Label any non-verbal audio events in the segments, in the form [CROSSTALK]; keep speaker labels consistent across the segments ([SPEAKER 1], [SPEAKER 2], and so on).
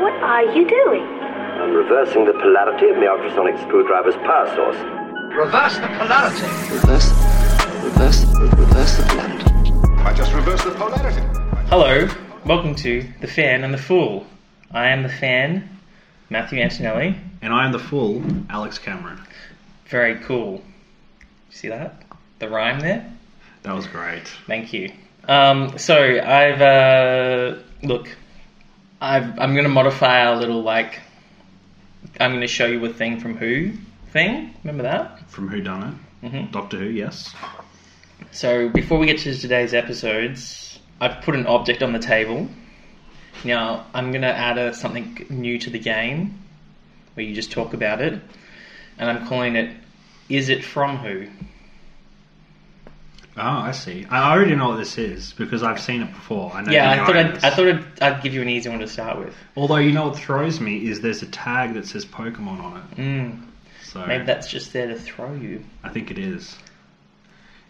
[SPEAKER 1] What are you doing?
[SPEAKER 2] I'm reversing the polarity of my ultrasonic screwdriver's power source.
[SPEAKER 3] Reverse the polarity.
[SPEAKER 4] Reverse, reverse, reverse the polarity.
[SPEAKER 3] I just reverse the polarity.
[SPEAKER 5] Hello, welcome to The Fan and the Fool. I am the fan, Matthew Antonelli.
[SPEAKER 6] And I am the fool, Alex Cameron.
[SPEAKER 5] Very cool. See that? The rhyme there?
[SPEAKER 6] That was great.
[SPEAKER 5] Thank you. Um, so I've uh, look, I've, I'm going to modify our little like. I'm going to show you a thing from Who thing. Remember that? Mm-hmm.
[SPEAKER 6] From Who Done It? Doctor Who, yes.
[SPEAKER 5] So before we get to today's episodes, I've put an object on the table. Now I'm going to add a, something new to the game, where you just talk about it, and I'm calling it "Is it from who?"
[SPEAKER 6] Oh, I see. I already know what this is because I've seen it before. I know
[SPEAKER 5] yeah,
[SPEAKER 6] the
[SPEAKER 5] I thought I'd,
[SPEAKER 6] owners.
[SPEAKER 5] I thought I'd, I'd give you an easy one to start with.
[SPEAKER 6] Although you know what throws me is there's a tag that says Pokemon on it.
[SPEAKER 5] Mm,
[SPEAKER 6] So
[SPEAKER 5] maybe that's just there to throw you.
[SPEAKER 6] I think it is.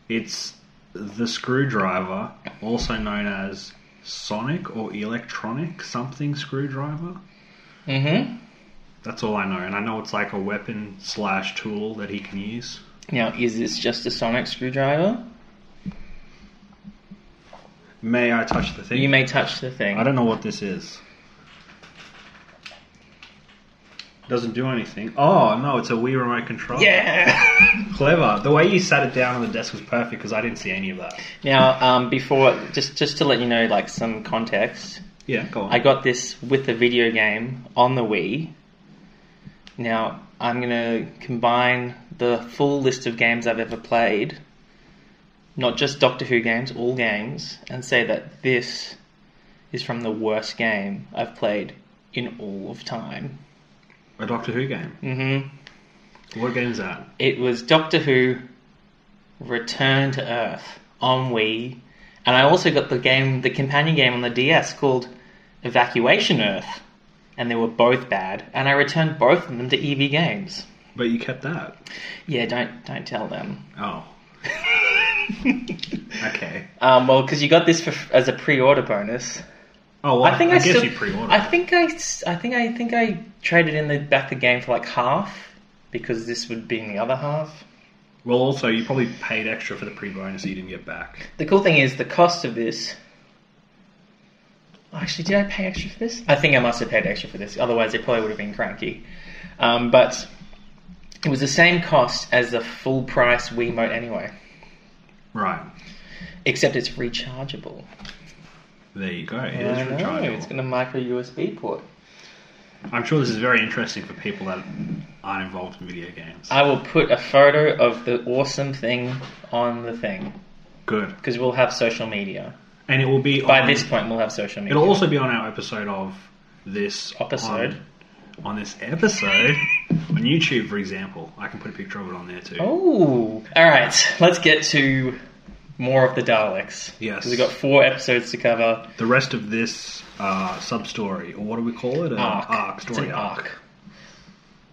[SPEAKER 6] It's the screwdriver, also known as Sonic or electronic something screwdriver.
[SPEAKER 5] hmm
[SPEAKER 6] That's all I know, and I know it's like a weapon slash tool that he can use.
[SPEAKER 5] Now, is this just a sonic screwdriver?
[SPEAKER 6] May I touch the thing?
[SPEAKER 5] You may touch the thing.
[SPEAKER 6] I don't know what this is. Doesn't do anything. Oh no, it's a Wii remote control.
[SPEAKER 5] Yeah. [LAUGHS]
[SPEAKER 6] clever. The way you sat it down on the desk was perfect because I didn't see any of that.
[SPEAKER 5] now, um, before just just to let you know, like some context,
[SPEAKER 6] Yeah, go on.
[SPEAKER 5] I got this with a video game on the Wii. Now, I'm gonna combine the full list of games I've ever played, not just Doctor Who games, all games, and say that this is from the worst game I've played in all of time.
[SPEAKER 6] a Doctor Who game.
[SPEAKER 5] hmm
[SPEAKER 6] What game's that?
[SPEAKER 5] It was Doctor Who Return to Earth on Wii, and I also got the game, the companion game on the DS called Evacuation Earth, and they were both bad, and I returned both of them to EV Games.
[SPEAKER 6] But you kept that.
[SPEAKER 5] Yeah, don't don't tell
[SPEAKER 6] [LAUGHS]
[SPEAKER 5] them.
[SPEAKER 6] Oh, okay.
[SPEAKER 5] um, well, because you got this for, as a pre-order bonus.
[SPEAKER 6] Oh, well,
[SPEAKER 5] I think I,
[SPEAKER 6] guess
[SPEAKER 5] still,
[SPEAKER 6] you pre-ordered.
[SPEAKER 5] I think I, s- I think I think I traded in the back the game for like half because this would be in the other half.
[SPEAKER 6] well, also you probably paid extra for the pre-bonus that you didn't get back.
[SPEAKER 5] The cool thing is the cost of this. Actually, did I pay extra for this? I think I must have paid extra for this. Otherwise, it probably would have been cranky. Um, but it was the same cost as the full price Wiimote anyway,
[SPEAKER 6] Right.
[SPEAKER 5] except it's rechargeable.
[SPEAKER 6] There you go. It is
[SPEAKER 5] I know,
[SPEAKER 6] rechargeable.
[SPEAKER 5] It's got a micro USB port.
[SPEAKER 6] I'm sure this is very interesting for people that aren't involved in video games.
[SPEAKER 5] I will put a photo of the awesome thing on the thing
[SPEAKER 6] Good.
[SPEAKER 5] because we'll have social media.
[SPEAKER 6] And it will be
[SPEAKER 5] By
[SPEAKER 6] on-
[SPEAKER 5] this point, we'll have social media.
[SPEAKER 6] It'll also be on our episode of this
[SPEAKER 5] Episode.
[SPEAKER 6] on, on this episode on YouTube, for example. I can put a picture of it on there too.
[SPEAKER 5] Oh, all right. Let's get to more of the Daleks.
[SPEAKER 6] Yes.
[SPEAKER 5] 'Cause we've got four episodes to cover.
[SPEAKER 6] The rest of this uh, sub story, or what do we call it? An
[SPEAKER 5] Arc.
[SPEAKER 6] story
[SPEAKER 5] it's an arc.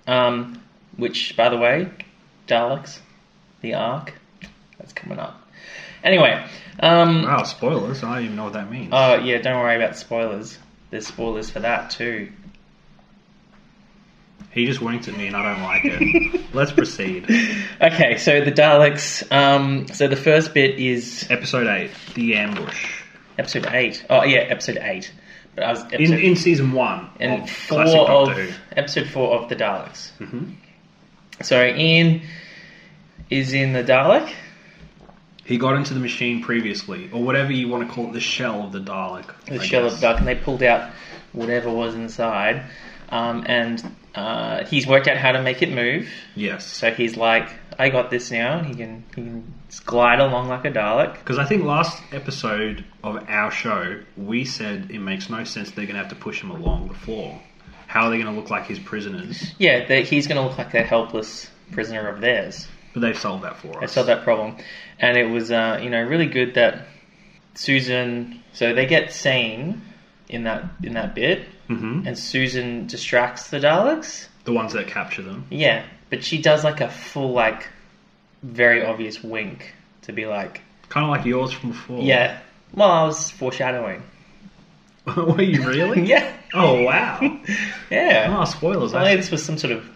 [SPEAKER 5] Um, which, by the way, Daleks, the arc, that's coming up. Anyway, um,
[SPEAKER 6] Wow, spoilers! I don't even know what that means.
[SPEAKER 5] oh yeah, don't worry about spoilers. There's spoilers for that too.
[SPEAKER 6] he just winked at me, and I don't like
[SPEAKER 5] [LAUGHS]
[SPEAKER 6] it. Let's proceed.
[SPEAKER 5] Okay, so the Daleks. Um, so the first bit is
[SPEAKER 6] Episode eight, the ambush.
[SPEAKER 5] episode eight. Oh yeah, episode eight. But I was episode
[SPEAKER 6] In, in season one
[SPEAKER 5] and
[SPEAKER 6] of
[SPEAKER 5] four
[SPEAKER 6] classic
[SPEAKER 5] of
[SPEAKER 6] Doctor Who. Mm-hmm.
[SPEAKER 5] episode four of the Daleks. So Ian is in the Dalek.
[SPEAKER 6] He got into the machine previously, or whatever you want to call it, the shell of the Dalek.
[SPEAKER 5] the
[SPEAKER 6] I
[SPEAKER 5] shell
[SPEAKER 6] guess.
[SPEAKER 5] of duck, and they pulled out whatever was inside. Um, and uh, he's worked out how to make it move.
[SPEAKER 6] Yes.
[SPEAKER 5] So he's like, "I got this now." He can he can glide along like a Dalek.
[SPEAKER 6] Because I think last episode of our show, we said it makes no sense they're going to have to push him along the floor. How are they going to look like his prisoners?
[SPEAKER 5] Yeah, that he's going to look like that helpless prisoner of theirs.
[SPEAKER 6] But they've solved that for us.
[SPEAKER 5] I solved that problem, and it was uh, you know really good that Susan. So they get seen in that in that bit,
[SPEAKER 6] hmm
[SPEAKER 5] and Susan distracts the Daleks.
[SPEAKER 6] The ones that capture them.
[SPEAKER 5] Yeah, but she does like a full like very obvious wink to be like,
[SPEAKER 6] Kind of like yours from before.
[SPEAKER 5] Yeah. Well, I was foreshadowing.
[SPEAKER 6] Were you
[SPEAKER 5] [LAUGHS]
[SPEAKER 6] really?
[SPEAKER 5] yeah,
[SPEAKER 6] Oh wow.
[SPEAKER 5] [LAUGHS] yeah.
[SPEAKER 6] Oh, spoilers.
[SPEAKER 5] I believe
[SPEAKER 6] That's,
[SPEAKER 5] this was some sort of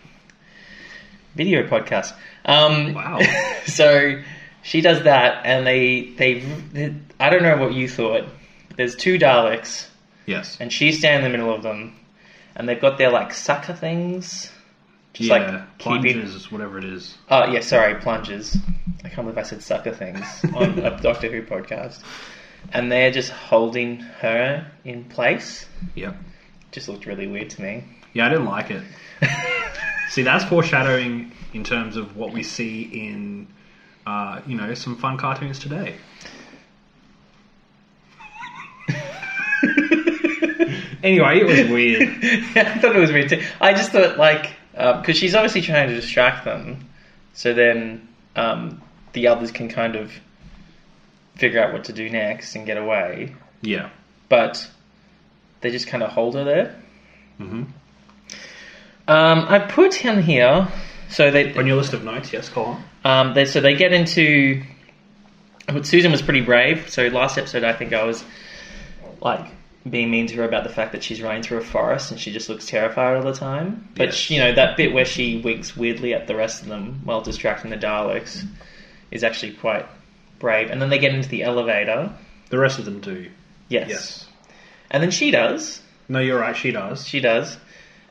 [SPEAKER 5] video podcast. Um,
[SPEAKER 6] Wow.
[SPEAKER 5] [LAUGHS] so she does that, and they, they they I don't know what you thought. But there's two Daleks,
[SPEAKER 6] yes.
[SPEAKER 5] and she's standing in the middle of them, and they've got their like sucker things. Just
[SPEAKER 6] yeah.
[SPEAKER 5] like keeping.
[SPEAKER 6] plunges, whatever it is.
[SPEAKER 5] Oh yeah, sorry, plunges. I can't believe I said sucker
[SPEAKER 6] [LAUGHS]
[SPEAKER 5] things on a Doctor Who podcast. And they're just holding her in place.
[SPEAKER 6] Yep.
[SPEAKER 5] Just looked really weird to me. [LAUGHS]
[SPEAKER 6] Yeah, I didn't like it. see, that's foreshadowing in terms of what we see in, uh, you know, some fun cartoons today. Anyway, it [LAUGHS] was weird.
[SPEAKER 5] [LAUGHS] I thought it was weird too. I just thought like because she's obviously trying to distract them, so then um, the others can kind of figure out what to do next and get away.
[SPEAKER 6] Yeah.
[SPEAKER 5] But they just kind of hold her there.
[SPEAKER 6] hmm
[SPEAKER 5] Um, I put him here, so they
[SPEAKER 6] On your list of notes, yes, Colin.
[SPEAKER 5] Um, they, so they get into. But Susan was pretty brave. So last episode, I think I was like being mean to her about the fact that she's running through a forest and she just looks terrified all the time. But
[SPEAKER 6] Yes.
[SPEAKER 5] you know that bit where she winks weirdly at the rest of them while distracting the Daleks is actually quite brave. And then they get into the elevator.
[SPEAKER 6] The rest of them do.
[SPEAKER 5] Yes.
[SPEAKER 6] Yes.
[SPEAKER 5] And then she does.
[SPEAKER 6] No, you're right. She does.
[SPEAKER 5] She does.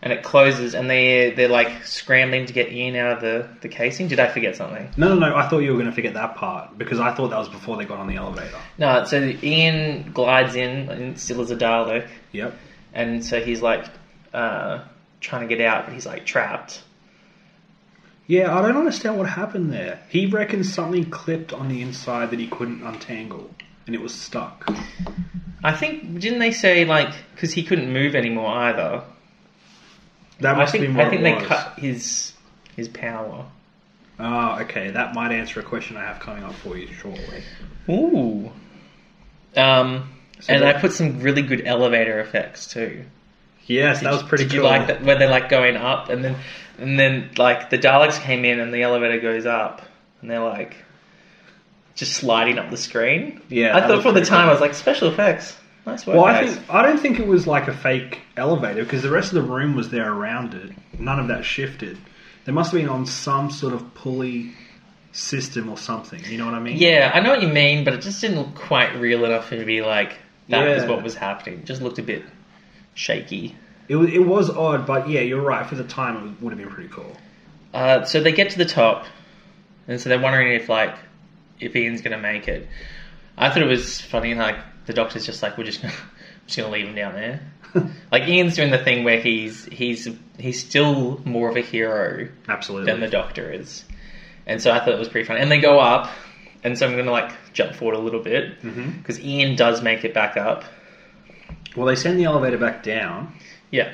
[SPEAKER 5] And it closes, and they they're like scrambling to get in out of the, the casing. Did I forget something?
[SPEAKER 6] No, no, no. I thought you were going to forget that part because I thought that was before they got on the elevator.
[SPEAKER 5] No, so Ian glides in and still is a Dalek,
[SPEAKER 6] Yep.
[SPEAKER 5] and so he's like uh, trying to get out, but he's like trapped.
[SPEAKER 6] Yeah, I don't understand what happened there. He reckons something clipped on the inside that he couldn't untangle, and it was stuck.
[SPEAKER 5] I think didn't they say like because he couldn't move anymore either.
[SPEAKER 6] That
[SPEAKER 5] I
[SPEAKER 6] must
[SPEAKER 5] think
[SPEAKER 6] be what
[SPEAKER 5] I think
[SPEAKER 6] it
[SPEAKER 5] they
[SPEAKER 6] was.
[SPEAKER 5] cut his his power.
[SPEAKER 6] Ah, okay. That might answer a question I have coming up for you shortly.
[SPEAKER 5] Ooh. Um,
[SPEAKER 6] So
[SPEAKER 5] and
[SPEAKER 6] that-
[SPEAKER 5] I put some really good elevator effects too.
[SPEAKER 6] Yes, that was pretty
[SPEAKER 5] Did
[SPEAKER 6] cool.
[SPEAKER 5] you like that? Where they're like going up, and then and then like the Daleks came in, and the elevator goes up, and they're like just sliding up the screen.
[SPEAKER 6] Yeah,
[SPEAKER 5] I
[SPEAKER 6] that
[SPEAKER 5] thought
[SPEAKER 6] was
[SPEAKER 5] for the
[SPEAKER 6] pretty
[SPEAKER 5] time
[SPEAKER 6] cool.
[SPEAKER 5] I was like special effects. Nice work,
[SPEAKER 6] Well, I
[SPEAKER 5] guys.
[SPEAKER 6] think I don't think it was like a fake elevator because the rest of the room was there around it. None of that shifted. They must have been on some sort of pulley system or something. You know what I mean?
[SPEAKER 5] Yeah, I know what you mean, but it just didn't look quite real enough for me to be like that was
[SPEAKER 6] Yeah.
[SPEAKER 5] what was happening. It just looked a bit shaky.
[SPEAKER 6] It was, it was odd, but yeah, you're right. For the time, it would have been pretty cool.
[SPEAKER 5] Uh, so they get to the top, and so they're wondering if like if Ian's gonna make it. I thought it was funny, like the doctor's just like we're just gonna, [LAUGHS] just gonna leave him down there.
[SPEAKER 6] [LAUGHS]
[SPEAKER 5] like Ian's doing the thing where he's he's he's still more of a hero
[SPEAKER 6] Absolutely.
[SPEAKER 5] than the doctor is, and so I thought it was pretty funny. And they go up, and so I'm gonna like jump forward a little bit
[SPEAKER 6] Mhm.
[SPEAKER 5] because Ian does make it back up.
[SPEAKER 6] Well, they send the elevator back down
[SPEAKER 5] Yeah,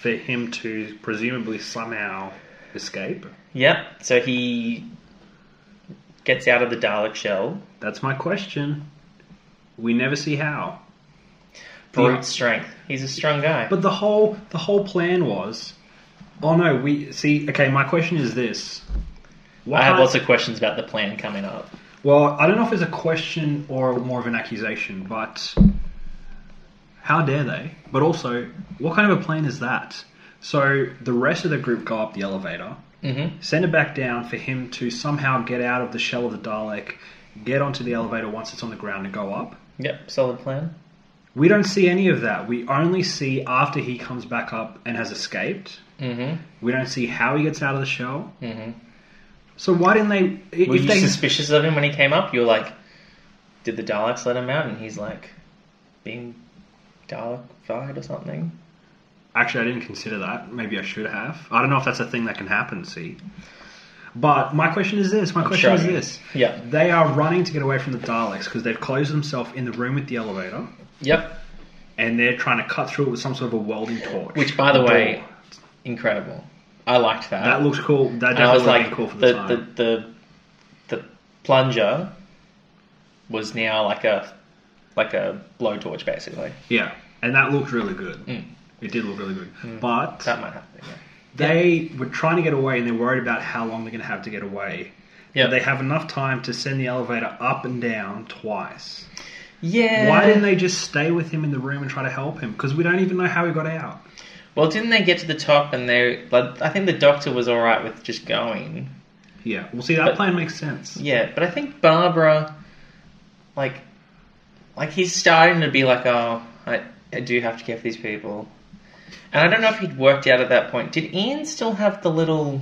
[SPEAKER 6] for him to presumably somehow escape.
[SPEAKER 5] yeah. So he gets out of the Dalek shell,
[SPEAKER 6] That's my question. We never see how.
[SPEAKER 5] brute
[SPEAKER 6] Yeah.
[SPEAKER 5] strength. He's a strong guy.
[SPEAKER 6] But the whole the whole plan was, oh no, we see. Okay, my question is this. Why
[SPEAKER 5] I have
[SPEAKER 6] can't-
[SPEAKER 5] lots of questions about the plan coming up.
[SPEAKER 6] Well, I don't know if it's a question or more of an accusation, but how dare they? But also, what kind of a plan is that? So the rest of the group go up the elevator,
[SPEAKER 5] Mm-hmm.
[SPEAKER 6] send it back down for him to somehow get out of the shell of the Dalek, get onto the elevator once it's on the ground and go up.
[SPEAKER 5] Yep, solid plan.
[SPEAKER 6] We don't see any of that. We only see after he comes back up and has escaped.
[SPEAKER 5] Mm-hmm.
[SPEAKER 6] We don't see how he gets out of the shell.
[SPEAKER 5] Mm-hmm.
[SPEAKER 6] So why didn't they?
[SPEAKER 5] Were you
[SPEAKER 6] If they
[SPEAKER 5] suspicious of him when he came up? You were like, did the Daleks let him out? And he's like, being Dalekified or something.
[SPEAKER 6] Actually, I didn't consider that. Maybe I should have. I don't know if that's a thing that can happen, see. But my question is this. My question is
[SPEAKER 5] sure.
[SPEAKER 6] this.
[SPEAKER 5] Yeah.
[SPEAKER 6] They are running to get away from the Daleks because they've closed themselves in the room with the elevator
[SPEAKER 5] Yep.
[SPEAKER 6] and they're trying to cut through it with some sort of a welding torch.
[SPEAKER 5] Which, by the
[SPEAKER 6] Door.
[SPEAKER 5] way, incredible. I liked that.
[SPEAKER 6] that looks cool. That
[SPEAKER 5] and I
[SPEAKER 6] definitely
[SPEAKER 5] was
[SPEAKER 6] looked
[SPEAKER 5] like,
[SPEAKER 6] cool for the,
[SPEAKER 5] the,
[SPEAKER 6] time.
[SPEAKER 5] the the the plunger was now like a like a blowtorch basically.
[SPEAKER 6] Yeah. And that looked really good. It did look really good. But
[SPEAKER 5] Hmm. That might happen again.
[SPEAKER 6] they were trying to get away and they're worried about how long they're going to have to get away.
[SPEAKER 5] Yeah.
[SPEAKER 6] They have enough time to send the elevator up and down twice.
[SPEAKER 5] Yeah.
[SPEAKER 6] Why didn't they just stay with him in the room and try to help him? Because we don't even know how he got out.
[SPEAKER 5] Well, didn't they get to the top and they? But I think the doctor was all right with just going.
[SPEAKER 6] Yeah. Well, see, that
[SPEAKER 5] But-
[SPEAKER 6] plan makes sense.
[SPEAKER 5] Yeah, but I think Barbara, like, like he's starting to be like, oh, I, I do have to care for these people, and I don't know if he'd worked out at that point. Did Ian still have the little,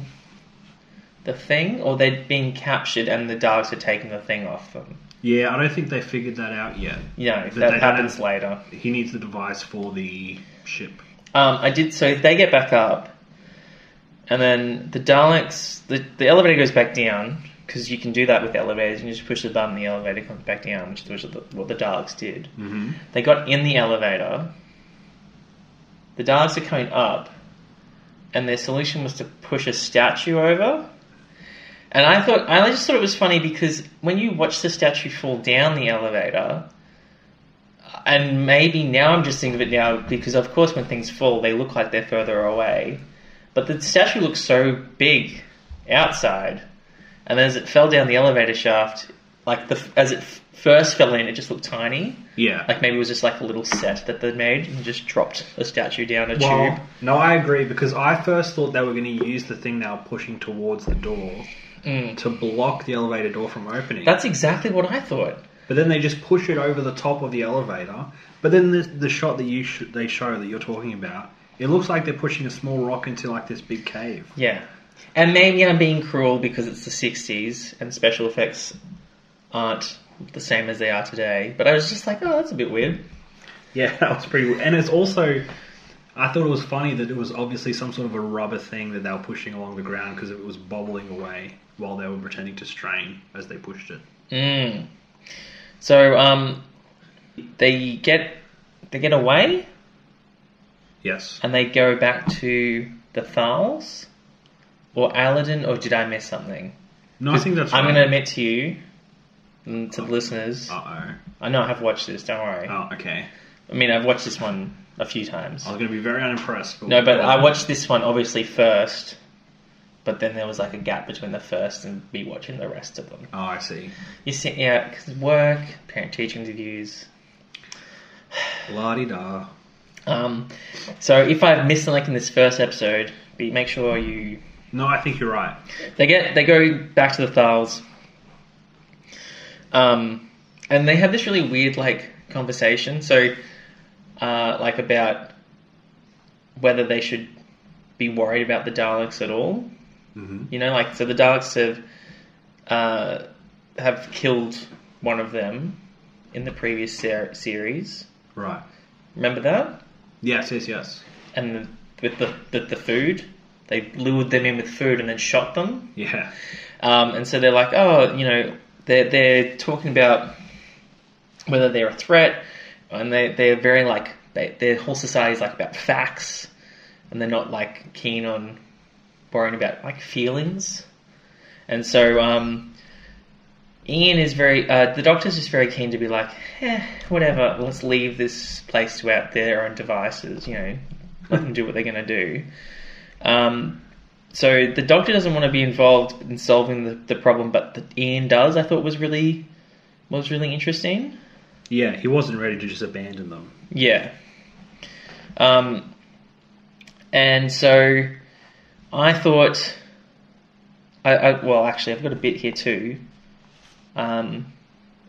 [SPEAKER 5] the thing, or they'd been captured and the dogs had taken the thing off them?
[SPEAKER 6] Yeah, I don't think they figured that out yet.
[SPEAKER 5] Yeah, if
[SPEAKER 6] But
[SPEAKER 5] that
[SPEAKER 6] they
[SPEAKER 5] happens
[SPEAKER 6] hadn't-
[SPEAKER 5] later.
[SPEAKER 6] He needs the device for the ship.
[SPEAKER 5] Um, I did. So they get back up, and then the Daleks, the, the elevator goes back down because you can do that with elevators. You can just push the button, the elevator comes back down, which was the- what the Daleks did.
[SPEAKER 6] Mm-hmm.
[SPEAKER 5] They got in the elevator. The Daleks are coming up, and their solution was to push a statue over. And I thought, I just thought it was funny because when you watch the statue fall down the elevator, and maybe now I'm just thinking of it now because, of course, when things fall, they look like they're further away. But the statue looks so big outside, and as it fell down the elevator shaft, like the as it f- first fell in, it just looked tiny.
[SPEAKER 6] Yeah.
[SPEAKER 5] Like maybe it was just like a little set that they made and just dropped a statue down a
[SPEAKER 6] well,
[SPEAKER 5] tube.
[SPEAKER 6] no, I agree because I first thought they were going to use the thing they were pushing towards the door
[SPEAKER 5] Mm.
[SPEAKER 6] to block the elevator door from opening.
[SPEAKER 5] That's exactly what I thought.
[SPEAKER 6] But then they just push it over the top of the elevator. But then the, the shot that you sh- they show that you're talking about, it looks like they're pushing a small rock into like this big cave.
[SPEAKER 5] Yeah. And maybe I'm being cruel because it's the 60s and special effects aren't the same as they are today. But I was just like, oh, that's a bit weird.
[SPEAKER 6] Yeah, [LAUGHS] that was pretty. And it's also, I thought it was funny that it was obviously some sort of a rubber thing that they were pushing along the ground because it was bobbling away while they were pretending to strain as they pushed it.
[SPEAKER 5] Mm. So um, they get they get away
[SPEAKER 6] Yes,
[SPEAKER 5] and they go back to the Thals or Aladdin, or did I miss something?
[SPEAKER 6] no, I think that's.
[SPEAKER 5] I'm
[SPEAKER 6] right.
[SPEAKER 5] going to admit to you and to the listeners.
[SPEAKER 6] Uh
[SPEAKER 5] I know I have watched this. Don't worry.
[SPEAKER 6] oh. Oh, okay.
[SPEAKER 5] I mean, I've watched this one a few times.
[SPEAKER 6] I was going to be very unimpressed.
[SPEAKER 5] No, but I watched this one obviously first, but then there was like a gap between the first and me watching the rest of them.
[SPEAKER 6] Oh, I see.
[SPEAKER 5] You see, yeah, because work, parent teacher interviews.
[SPEAKER 6] La di da.
[SPEAKER 5] Um, so if I've missed something in this first episode, be make sure you
[SPEAKER 6] No, I think you're right.
[SPEAKER 5] They get they go back to the Thals, um, and they have this really weird like conversation. So, uh, like about whether they should be worried about the Daleks at all.
[SPEAKER 6] Mm-hmm.
[SPEAKER 5] You know, like so the Daleks have uh, have killed one of them in the previous ser- series.
[SPEAKER 6] Right.
[SPEAKER 5] Remember that?
[SPEAKER 6] Yes, yes, yes.
[SPEAKER 5] And the, with the, the the food, they lured them in with food and then shot them.
[SPEAKER 6] Yeah.
[SPEAKER 5] Um, and so they're like, oh, you know, they're, they're talking about whether they're a threat, and they, they're very like, they, their whole society is like about facts, and they're not like keen on worrying about like feelings. And so um, Ian is very, uh, the doctor's just very keen to be like, eh, whatever, let's leave this place to out their own devices, you know, let them do what they're going to do. Um, so the doctor doesn't want to be involved in solving the, the problem, but the, Ian does. I thought was really was really interesting.
[SPEAKER 6] Yeah, he wasn't ready to just abandon them.
[SPEAKER 5] Yeah. Um, and so I thought, I, I well actually I've got a bit here too. Um,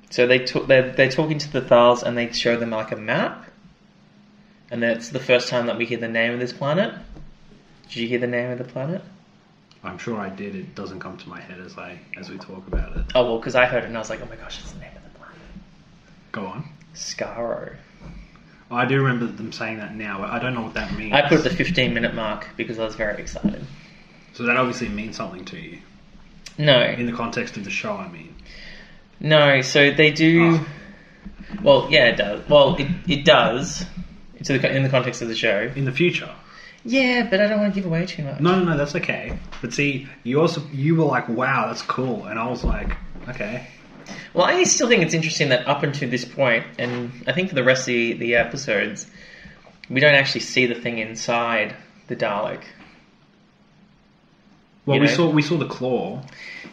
[SPEAKER 5] so they took they're, they're talking to the Thals and they show them like a map, and that's the first time that we hear the name of this planet. Did you hear the name of the planet?
[SPEAKER 6] I'm sure I did. It doesn't come to my head as I as we talk about it.
[SPEAKER 5] Oh well, because I heard it and I was like, oh my gosh, it's the name of the planet.
[SPEAKER 6] Go on.
[SPEAKER 5] Scaro.
[SPEAKER 6] I do remember them saying that now. but I don't know what that means.
[SPEAKER 5] I put the 15 minute mark because I was very excited.
[SPEAKER 6] so that obviously means something to you
[SPEAKER 5] No,
[SPEAKER 6] in the context of the show. I mean, Ah,
[SPEAKER 5] no. So they do. Well, yeah, it does. Well, it, it does. To the, in the context of the show.
[SPEAKER 6] in the future.
[SPEAKER 5] Yeah, but I don't want to give away too much.
[SPEAKER 6] No, no, no. That's okay. But see, you also you were like, "Wow, that's cool," and I was like, "Okay."
[SPEAKER 5] Well, I still think it's interesting that up until this point, and I think for the rest of the, the episodes, we don't actually see the thing inside the Dalek.
[SPEAKER 6] Well,
[SPEAKER 5] you
[SPEAKER 6] we
[SPEAKER 5] know?
[SPEAKER 6] saw we saw the claw.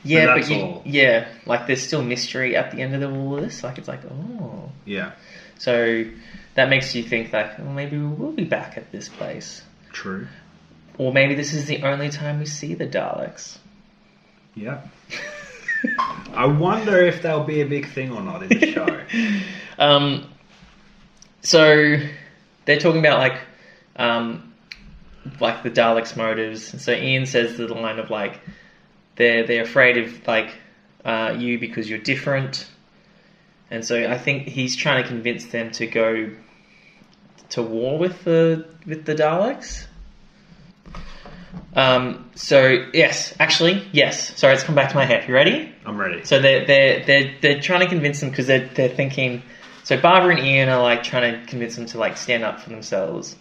[SPEAKER 5] Yeah,
[SPEAKER 6] But
[SPEAKER 5] but,
[SPEAKER 6] that's
[SPEAKER 5] you,
[SPEAKER 6] all.
[SPEAKER 5] yeah, like there's still mystery at the end of the, all this. Like it's like, oh,
[SPEAKER 6] Yeah,
[SPEAKER 5] so that makes you think like, well, maybe we will be back at this place,
[SPEAKER 6] true.
[SPEAKER 5] or maybe this is the only time we see the Daleks.
[SPEAKER 6] Yeah. [LAUGHS] I wonder if that'll be a big thing or not in the show.
[SPEAKER 5] [LAUGHS] Um, so they're talking about like, um, like the Daleks' motives. So Ian says the line of like, they're they're afraid of like uh, you because you're different, and so I think he's trying to convince them to go to war with the with the Daleks. Um, so yes, actually, yes. Sorry, it's come back to my head. You ready?
[SPEAKER 6] I'm ready.
[SPEAKER 5] So they're they're they're, they're trying to convince them because they're they're thinking. So Barbara and Ian are like trying to convince them to like stand up for themselves,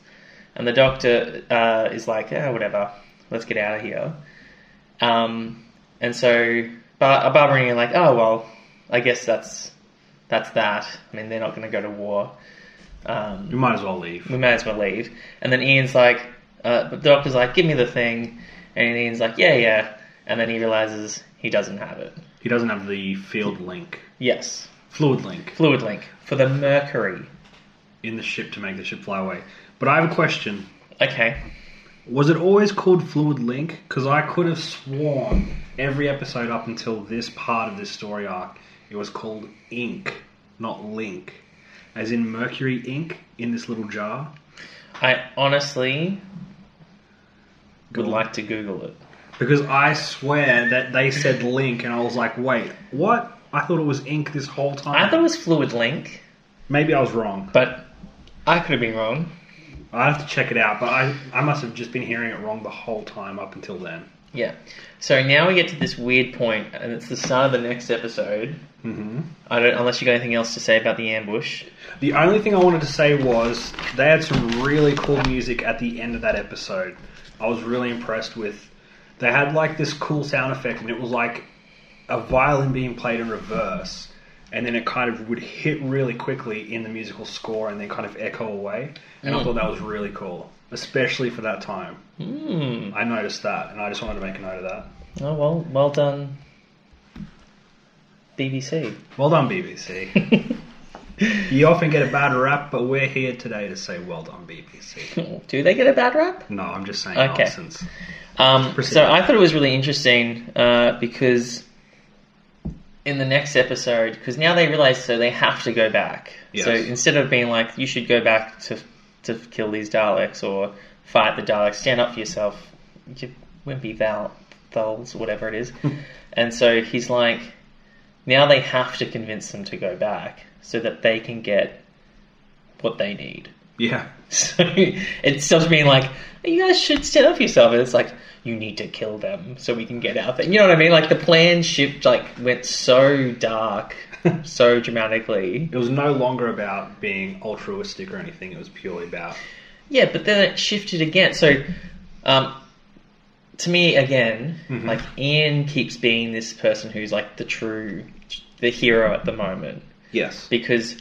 [SPEAKER 5] and the doctor uh, is like, "Ah, whatever, let's get out of here." Um, and so Bar- Barbara and Ian are like, "Oh well, I guess that's that's that. I mean, they're not going to go to war. Um,
[SPEAKER 6] We might as well leave.
[SPEAKER 5] we may as well leave. And then Ian's like, uh, the doctor's like, give me the thing. And Ian's like, yeah, yeah. And then he realizes he doesn't have it.
[SPEAKER 6] He doesn't have the field link,
[SPEAKER 5] Yes.
[SPEAKER 6] fluid link
[SPEAKER 5] Fluid link for the mercury.
[SPEAKER 6] in the ship to make the ship fly away. But I have a question.
[SPEAKER 5] Okay.
[SPEAKER 6] Was it always called Fluid Link? Because I could have sworn every episode up until this part of this story arc, it was called Ink, not Link. As in mercury ink in this little jar.
[SPEAKER 5] I honestly would
[SPEAKER 6] Go on.
[SPEAKER 5] like to Google it.
[SPEAKER 6] Because I swear that they said Link, and I was like, wait, what? I thought it was ink this whole time.
[SPEAKER 5] I thought it was fluid link,
[SPEAKER 6] Maybe I was wrong.
[SPEAKER 5] but I could have been wrong.
[SPEAKER 6] I have to check it out, but I, I must have just been hearing it wrong the whole time up until then.
[SPEAKER 5] Yeah. So now we get to this weird point, and it's the start of the next episode.
[SPEAKER 6] Mm-hmm.
[SPEAKER 5] I don't, unless you got anything else to say about the ambush.
[SPEAKER 6] The only thing I wanted to say was they had some really cool music at the end of that episode. I was really impressed with. They had like this cool sound effect, and it was like a violin being played in reverse, and then it kind of would hit really quickly in the musical score, and then kind of echo away. And I thought that was really cool, especially for that time.
[SPEAKER 5] Hmm.
[SPEAKER 6] I noticed that, and I just wanted to make a note of that.
[SPEAKER 5] Oh well, well done, BBC.
[SPEAKER 6] Well done, BBC. you often get a bad rap, but we're here today to say well done, BBC.
[SPEAKER 5] [LAUGHS] Do they get a bad rap?
[SPEAKER 6] No, I'm just saying
[SPEAKER 5] Okay.
[SPEAKER 6] nonsense.
[SPEAKER 5] Um,
[SPEAKER 6] Proceed.
[SPEAKER 5] so I thought it was really interesting uh, because in the next episode, because now they realize so they have to go back.
[SPEAKER 6] Yes.
[SPEAKER 5] So instead of being like, you should go back to to kill these Daleks or fight the Daleks, stand up for yourself, you wimpy thou thals, whatever it
[SPEAKER 6] [LAUGHS]
[SPEAKER 5] is. and so he's like, now they have to convince them to go back so that they can get what they need.
[SPEAKER 6] Yeah.
[SPEAKER 5] So [LAUGHS] it stops being like, you guys should stand up for yourself. And it's like, you need to kill them so we can get out there. You know what I mean? Like the plan shift like went so dark, so dramatically.
[SPEAKER 6] It was no longer about being altruistic or anything. It was purely about
[SPEAKER 5] Yeah, but then it shifted again. So, um, to me again,
[SPEAKER 6] Mhm.
[SPEAKER 5] like Ian keeps being this person who's like the true, the hero at the moment.
[SPEAKER 6] yes,
[SPEAKER 5] because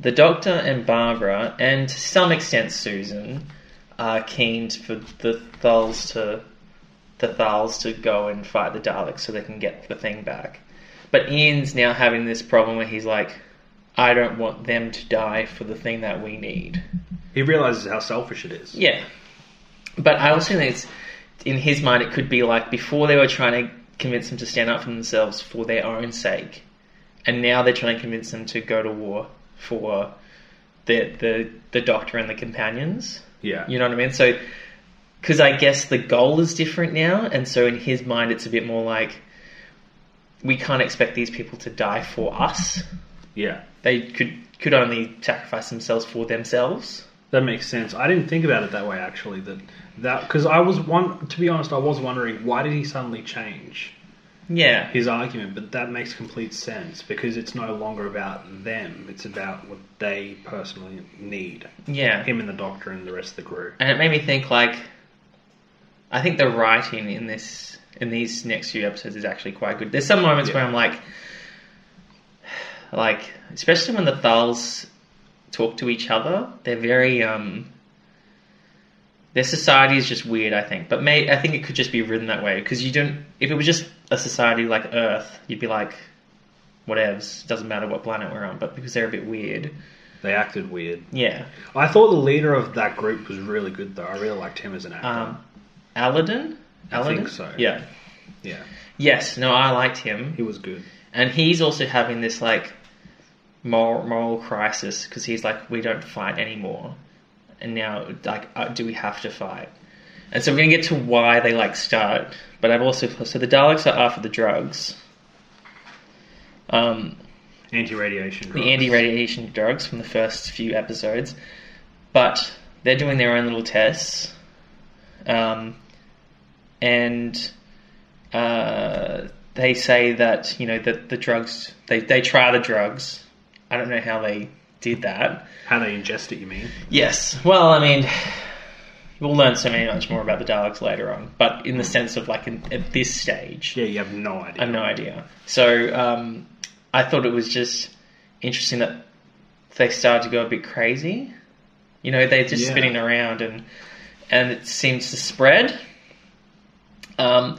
[SPEAKER 5] the doctor and Barbara, and to some extent Susan, are keen for the Thals to the Thals to go and fight the Daleks so they can get the thing back. But Ian's now having this problem where he's like, I don't want them to die for the thing that we need.
[SPEAKER 6] he realizes how selfish it is.
[SPEAKER 5] Yeah. But I also think it's in his mind it could be like before they were trying to convince them to stand up for themselves for their own sake. And now they're trying to convince them to go to war for the the, the doctor and the companions.
[SPEAKER 6] Yeah,
[SPEAKER 5] You know what I mean? So because I guess the goal is different now, and so in his mind it's a bit more like we can't expect these people to die for us.
[SPEAKER 6] yeah,
[SPEAKER 5] They could could only sacrifice themselves for themselves.
[SPEAKER 6] that makes sense. I didn't think about it that way actually. That that because I was one to be honest, I was wondering why did he suddenly change
[SPEAKER 5] Yeah.
[SPEAKER 6] his argument, but that makes complete sense because it's no longer about them. It's about what they personally need.
[SPEAKER 5] Yeah.
[SPEAKER 6] Him and the doctor and the rest of the crew.
[SPEAKER 5] and it made me think like I think the writing in this in these next few episodes is actually quite good. There's some moments
[SPEAKER 6] Yeah.
[SPEAKER 5] where I'm like like especially when the Thals talk to each other, they're very um Their society is just weird, I think. But may, I think it could just be written that way because you don't. If it was just a society like Earth, you'd be like, whatevs. Doesn't matter what planet we're on. But because they're a bit weird,
[SPEAKER 6] They acted weird.
[SPEAKER 5] yeah.
[SPEAKER 6] I thought the leader of that group was really good though. I really liked him as an actor.
[SPEAKER 5] Um, Aladdin.
[SPEAKER 6] I
[SPEAKER 5] Aladdin?
[SPEAKER 6] think so.
[SPEAKER 5] Yeah.
[SPEAKER 6] yeah,
[SPEAKER 5] Yes. No, I liked him.
[SPEAKER 6] he was good.
[SPEAKER 5] and he's also having this like moral moral crisis because he's like we don't fight anymore and now like uh, do we have to fight and so we're going to get to why they like start but i've also so the daleks are after the drugs um,
[SPEAKER 6] Anti-radiation. Drugs.
[SPEAKER 5] the anti-radiation drugs from the first few episodes, but they're doing their own little tests, um, and uh, they say that you know that the drugs they they try the drugs. I don't know how they did that.
[SPEAKER 6] How they ingest it, you mean?
[SPEAKER 5] Yes, well, I mean. We'll learn so many much more about the Daleks later on, but in the sense of like in, at this stage,
[SPEAKER 6] Yeah, you have no idea.
[SPEAKER 5] I have no idea. So um, I thought it was just interesting that they started to go a bit crazy. You know, they're just
[SPEAKER 6] Yeah.
[SPEAKER 5] spinning around and and it seems to spread. Um,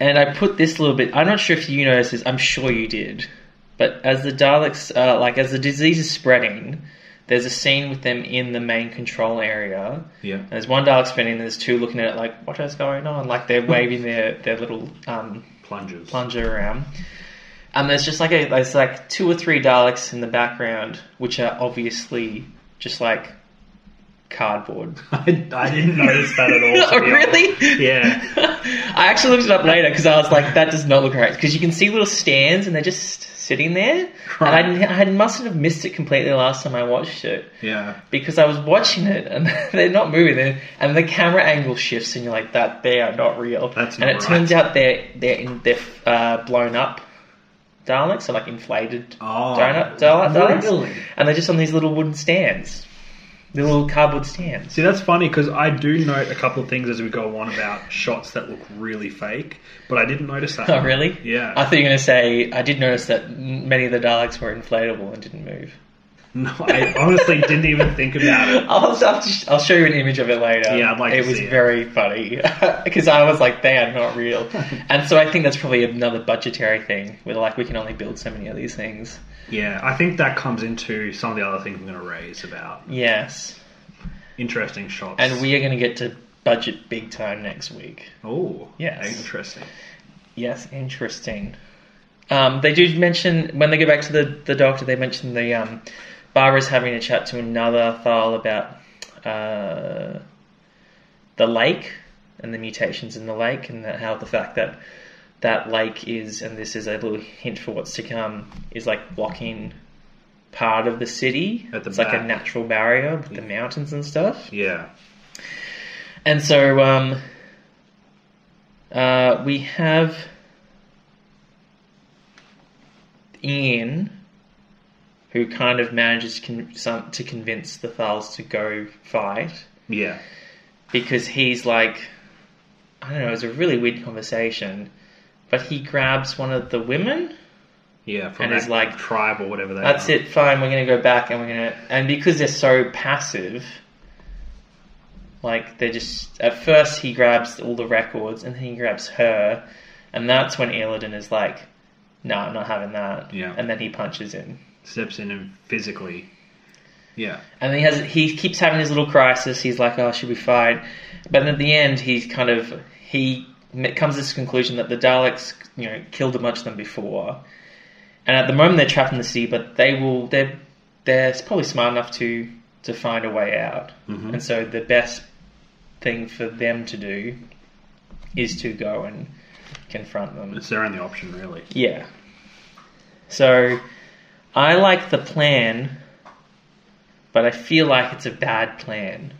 [SPEAKER 5] and I put this little bit. I'm not sure if you noticed this. I'm sure you did. But as the Daleks, uh, like as the disease is spreading, there's a scene with them in the main control area.
[SPEAKER 6] Yeah.
[SPEAKER 5] There's one Dalek spinning. There's two looking at it like, what is going on? Like they're waving their their little um,
[SPEAKER 6] Plungers.
[SPEAKER 5] plunger around. And there's just like a there's like two or three Daleks in the background, which are obviously just like cardboard.
[SPEAKER 6] [LAUGHS] [LAUGHS] I, I didn't notice that at all.
[SPEAKER 5] [LAUGHS] oh,
[SPEAKER 6] to be honest.
[SPEAKER 5] really?
[SPEAKER 6] Yeah.
[SPEAKER 5] I actually looked it up later because I was like, that does not look right. Because you can see little stands and they're just sitting there.
[SPEAKER 6] Right.
[SPEAKER 5] And I, I must have missed it completely last time I watched it
[SPEAKER 6] Yeah.
[SPEAKER 5] because I was watching it and [LAUGHS] they're not moving there, and the camera angle shifts, and you're like, "That they are not real."
[SPEAKER 6] That's
[SPEAKER 5] and
[SPEAKER 6] not
[SPEAKER 5] it
[SPEAKER 6] right.
[SPEAKER 5] turns out they're they're in, they're uh, blown up Daleks, so like inflated
[SPEAKER 6] Oh,
[SPEAKER 5] donut Dalek, Daleks,
[SPEAKER 6] really?
[SPEAKER 5] and they're just on these little wooden stands, the little cardboard stands.
[SPEAKER 6] See, that's funny because I do note a couple of things as we go on about shots that look really fake, but I didn't notice that.
[SPEAKER 5] Oh,
[SPEAKER 6] one.
[SPEAKER 5] really?
[SPEAKER 6] Yeah.
[SPEAKER 5] I thought you were going to say I did notice that m- many of the Daleks were inflatable and didn't move.
[SPEAKER 6] [LAUGHS] No, I honestly didn't even think about it.
[SPEAKER 5] I'll, I'll, just, I'll show you an image of it later.
[SPEAKER 6] Yeah, I'd like
[SPEAKER 5] it
[SPEAKER 6] to
[SPEAKER 5] was
[SPEAKER 6] see it.
[SPEAKER 5] very funny [LAUGHS] because I was like, they are not
[SPEAKER 6] [LAUGHS]
[SPEAKER 5] real, and so I think that's probably another budgetary thing where like we can only build so many of these things.
[SPEAKER 6] Yeah, I think that comes into some of the other things I'm going to raise about
[SPEAKER 5] Yes,
[SPEAKER 6] interesting shots.
[SPEAKER 5] and we are going to get to budget big time next week.
[SPEAKER 6] oh,
[SPEAKER 5] Yes.
[SPEAKER 6] interesting.
[SPEAKER 5] Yes, interesting. Um, they do mention when they go back to the, the doctor, they mention the um, Barbara's having a chat to another Thal about uh, the lake and the mutations in the lake, and that how the fact that that lake is, and this is a little hint for what's to come, is like blocking part of the city.
[SPEAKER 6] At the
[SPEAKER 5] it's like a
[SPEAKER 6] back.
[SPEAKER 5] natural barrier with the mountains and stuff.
[SPEAKER 6] Yeah,
[SPEAKER 5] And so um, uh, we have Ian, who kind of manages to, con- some, to convince the Thals to go fight
[SPEAKER 6] yeah,
[SPEAKER 5] because he's like, I don't know, it's a really weird conversation, but he grabs one of the women.
[SPEAKER 6] yeah. From
[SPEAKER 5] And it's
[SPEAKER 6] that
[SPEAKER 5] like-
[SPEAKER 6] tribe or whatever they
[SPEAKER 5] That's
[SPEAKER 6] are.
[SPEAKER 5] it. Fine. We're gonna go back, and we're gonna. And because they're so passive, like they just. At first, he grabs all the records, and then he grabs her, and that's when Illidan is like, "No, I'm not having that."
[SPEAKER 6] Yeah.
[SPEAKER 5] And then he punches him,
[SPEAKER 6] Steps in and physically. Yeah,
[SPEAKER 5] and he has. He keeps having his little crisis. He's like, "Oh, should we fight?" But then at the end, he's kind of he m- comes to this conclusion that the Daleks, you know, killed a bunch of them before, and at the moment they're trapped in the sea, but they will they're they're probably smart enough to to find a way out,
[SPEAKER 6] Mhm.
[SPEAKER 5] and so the best thing for them to do is to go and confront them.
[SPEAKER 6] it's their only option, really.
[SPEAKER 5] Yeah. So I like the plan, but I feel like it's a bad plan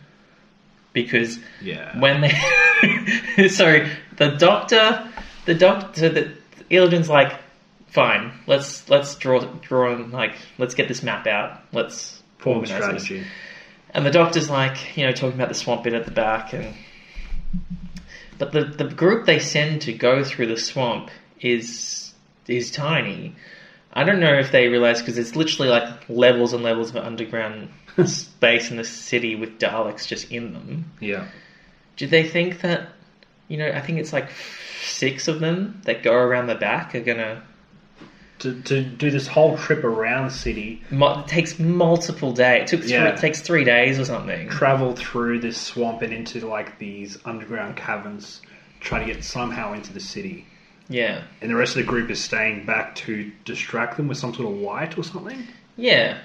[SPEAKER 5] because
[SPEAKER 6] Yeah,
[SPEAKER 5] when they [LAUGHS] so the doctor the doctor the Illidan's like fine let's let's draw draw and like let's get this map out let's
[SPEAKER 6] form
[SPEAKER 5] organise this."
[SPEAKER 6] strategy.
[SPEAKER 5] and the doctor's like you know talking about the swamp bit at the back and but the the group they send to go through the swamp is is tiny I don't know if they realize because it's literally like
[SPEAKER 6] [LAUGHS]
[SPEAKER 5] levels and levels of underground space in the city with Daleks just in them
[SPEAKER 6] Yeah,
[SPEAKER 5] Do they think that, you know, I think it's like six of them that go around the back are gonna.
[SPEAKER 6] to, to do this whole trip around city,
[SPEAKER 5] mu- It takes multiple days. It took three,
[SPEAKER 6] Yeah.
[SPEAKER 5] it takes three days or something.
[SPEAKER 6] travel through this swamp and into like these underground caverns, trying to get somehow into the city.
[SPEAKER 5] Yeah,
[SPEAKER 6] And the rest of the group is staying back to distract them with some sort of light or something.
[SPEAKER 5] yeah.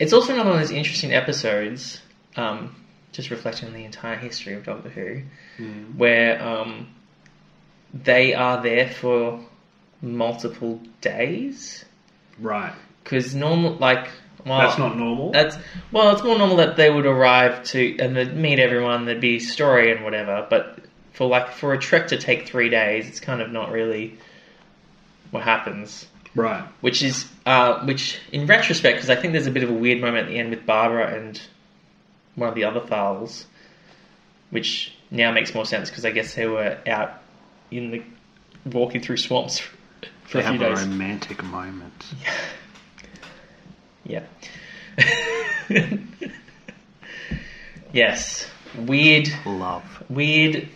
[SPEAKER 5] It's also another one of those interesting episodes. Um, just reflecting on the entire history of Doctor Who,
[SPEAKER 6] Hmm.
[SPEAKER 5] where um, they are there for multiple days.
[SPEAKER 6] Right.
[SPEAKER 5] Because normal, like, well,
[SPEAKER 6] That's not normal.
[SPEAKER 5] That's well, it's more normal that they would arrive to and they'd meet everyone. There'd be story and whatever. But for like for a trek to take three days, it's kind of not really what happens.
[SPEAKER 6] right.
[SPEAKER 5] Which is uh, which in retrospect, because I think there's a bit of a weird moment at the end with Barbara and one of the other Thals, which now makes more sense because I guess they were out in the walking through swamps [LAUGHS] for, for
[SPEAKER 6] They
[SPEAKER 5] a few
[SPEAKER 6] have a
[SPEAKER 5] days.
[SPEAKER 6] romantic moment.
[SPEAKER 5] [LAUGHS] Yeah. [LAUGHS] yes. Weird,
[SPEAKER 6] Love.
[SPEAKER 5] weird,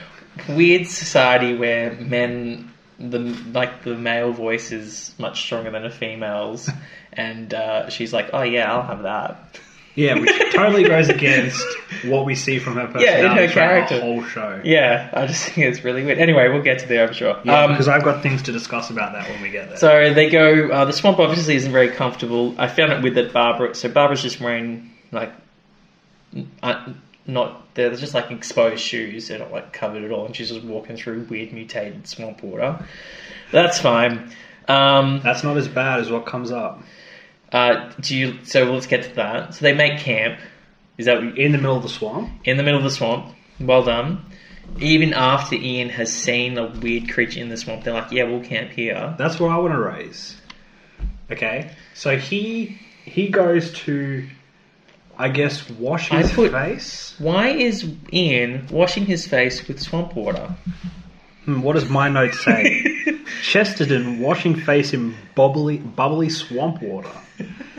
[SPEAKER 5] [LAUGHS] weird society where men, the like the male voice is much stronger than a female's, and uh, she's like, "Oh yeah, I'll have that."
[SPEAKER 6] Yeah, which [LAUGHS] totally goes against what we see from her personality
[SPEAKER 5] in her
[SPEAKER 6] throughout
[SPEAKER 5] character.
[SPEAKER 6] the whole show.
[SPEAKER 5] Yeah, I just think it's really weird. Anyway, we'll get to there, I'm sure.
[SPEAKER 6] Yeah,
[SPEAKER 5] Um,
[SPEAKER 6] because I've got things to discuss about that when we get there.
[SPEAKER 5] So they go. Uh, the swamp obviously isn't very comfortable. I found it with that Barbara. So Barbara's just wearing like, n- uh, not they're just like exposed shoes. They're not like covered at all, and she's just walking through weird mutated swamp water. That's fine. Um,
[SPEAKER 6] That's not as bad as what comes up.
[SPEAKER 5] uh, do you? So let's get to that. So they make camp. Is that what you-
[SPEAKER 6] In the middle of the swamp,
[SPEAKER 5] in the middle of the swamp? Well done. Even after Ian has seen a weird creature in the swamp, they're like, "Yeah, we'll camp here."
[SPEAKER 6] that's what I want to raise. Okay, so he he goes to, I guess, wash
[SPEAKER 5] I
[SPEAKER 6] his
[SPEAKER 5] put-
[SPEAKER 6] face.
[SPEAKER 5] Why is Ian washing his face with swamp water?
[SPEAKER 6] Hmm, what does my note [LAUGHS] say? Chesterton washing face in bubbly bubbly swamp water.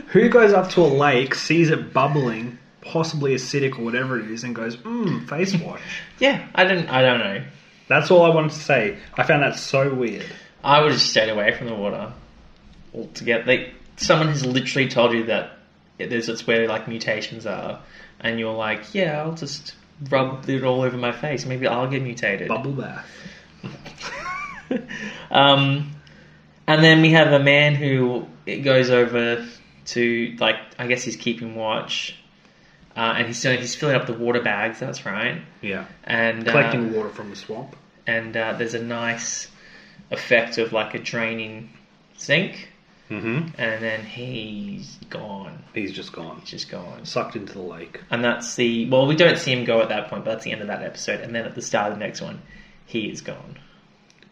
[SPEAKER 6] Who goes up to a lake, sees it bubbling, possibly acidic or whatever it is, and goes, mmm, face wash.
[SPEAKER 5] yeah, I don't. I don't know.
[SPEAKER 6] That's all I wanted to say. I found that so weird.
[SPEAKER 5] I would have just stayed away from the water altogether. They, someone has literally told you that it- there's it's where like mutations are, and you're like, yeah, I'll just rub it all over my face. Maybe I'll get mutated.
[SPEAKER 6] Bubble bath.
[SPEAKER 5] [LAUGHS] um, and then we have a man who it goes over to like I guess he's keeping watch, uh, and he's doing, he's filling up the water bags. That's right.
[SPEAKER 6] Yeah.
[SPEAKER 5] And uh,
[SPEAKER 6] Collecting water from the swamp.
[SPEAKER 5] and uh, there's a nice effect of like a draining sink,
[SPEAKER 6] Mm-hmm.
[SPEAKER 5] and then he's gone.
[SPEAKER 6] He's just gone.
[SPEAKER 5] He's just gone.
[SPEAKER 6] Sucked into the lake.
[SPEAKER 5] And that's the well, we don't see him go at that point, but that's the end of that episode. And then at the start of the next one, he is gone.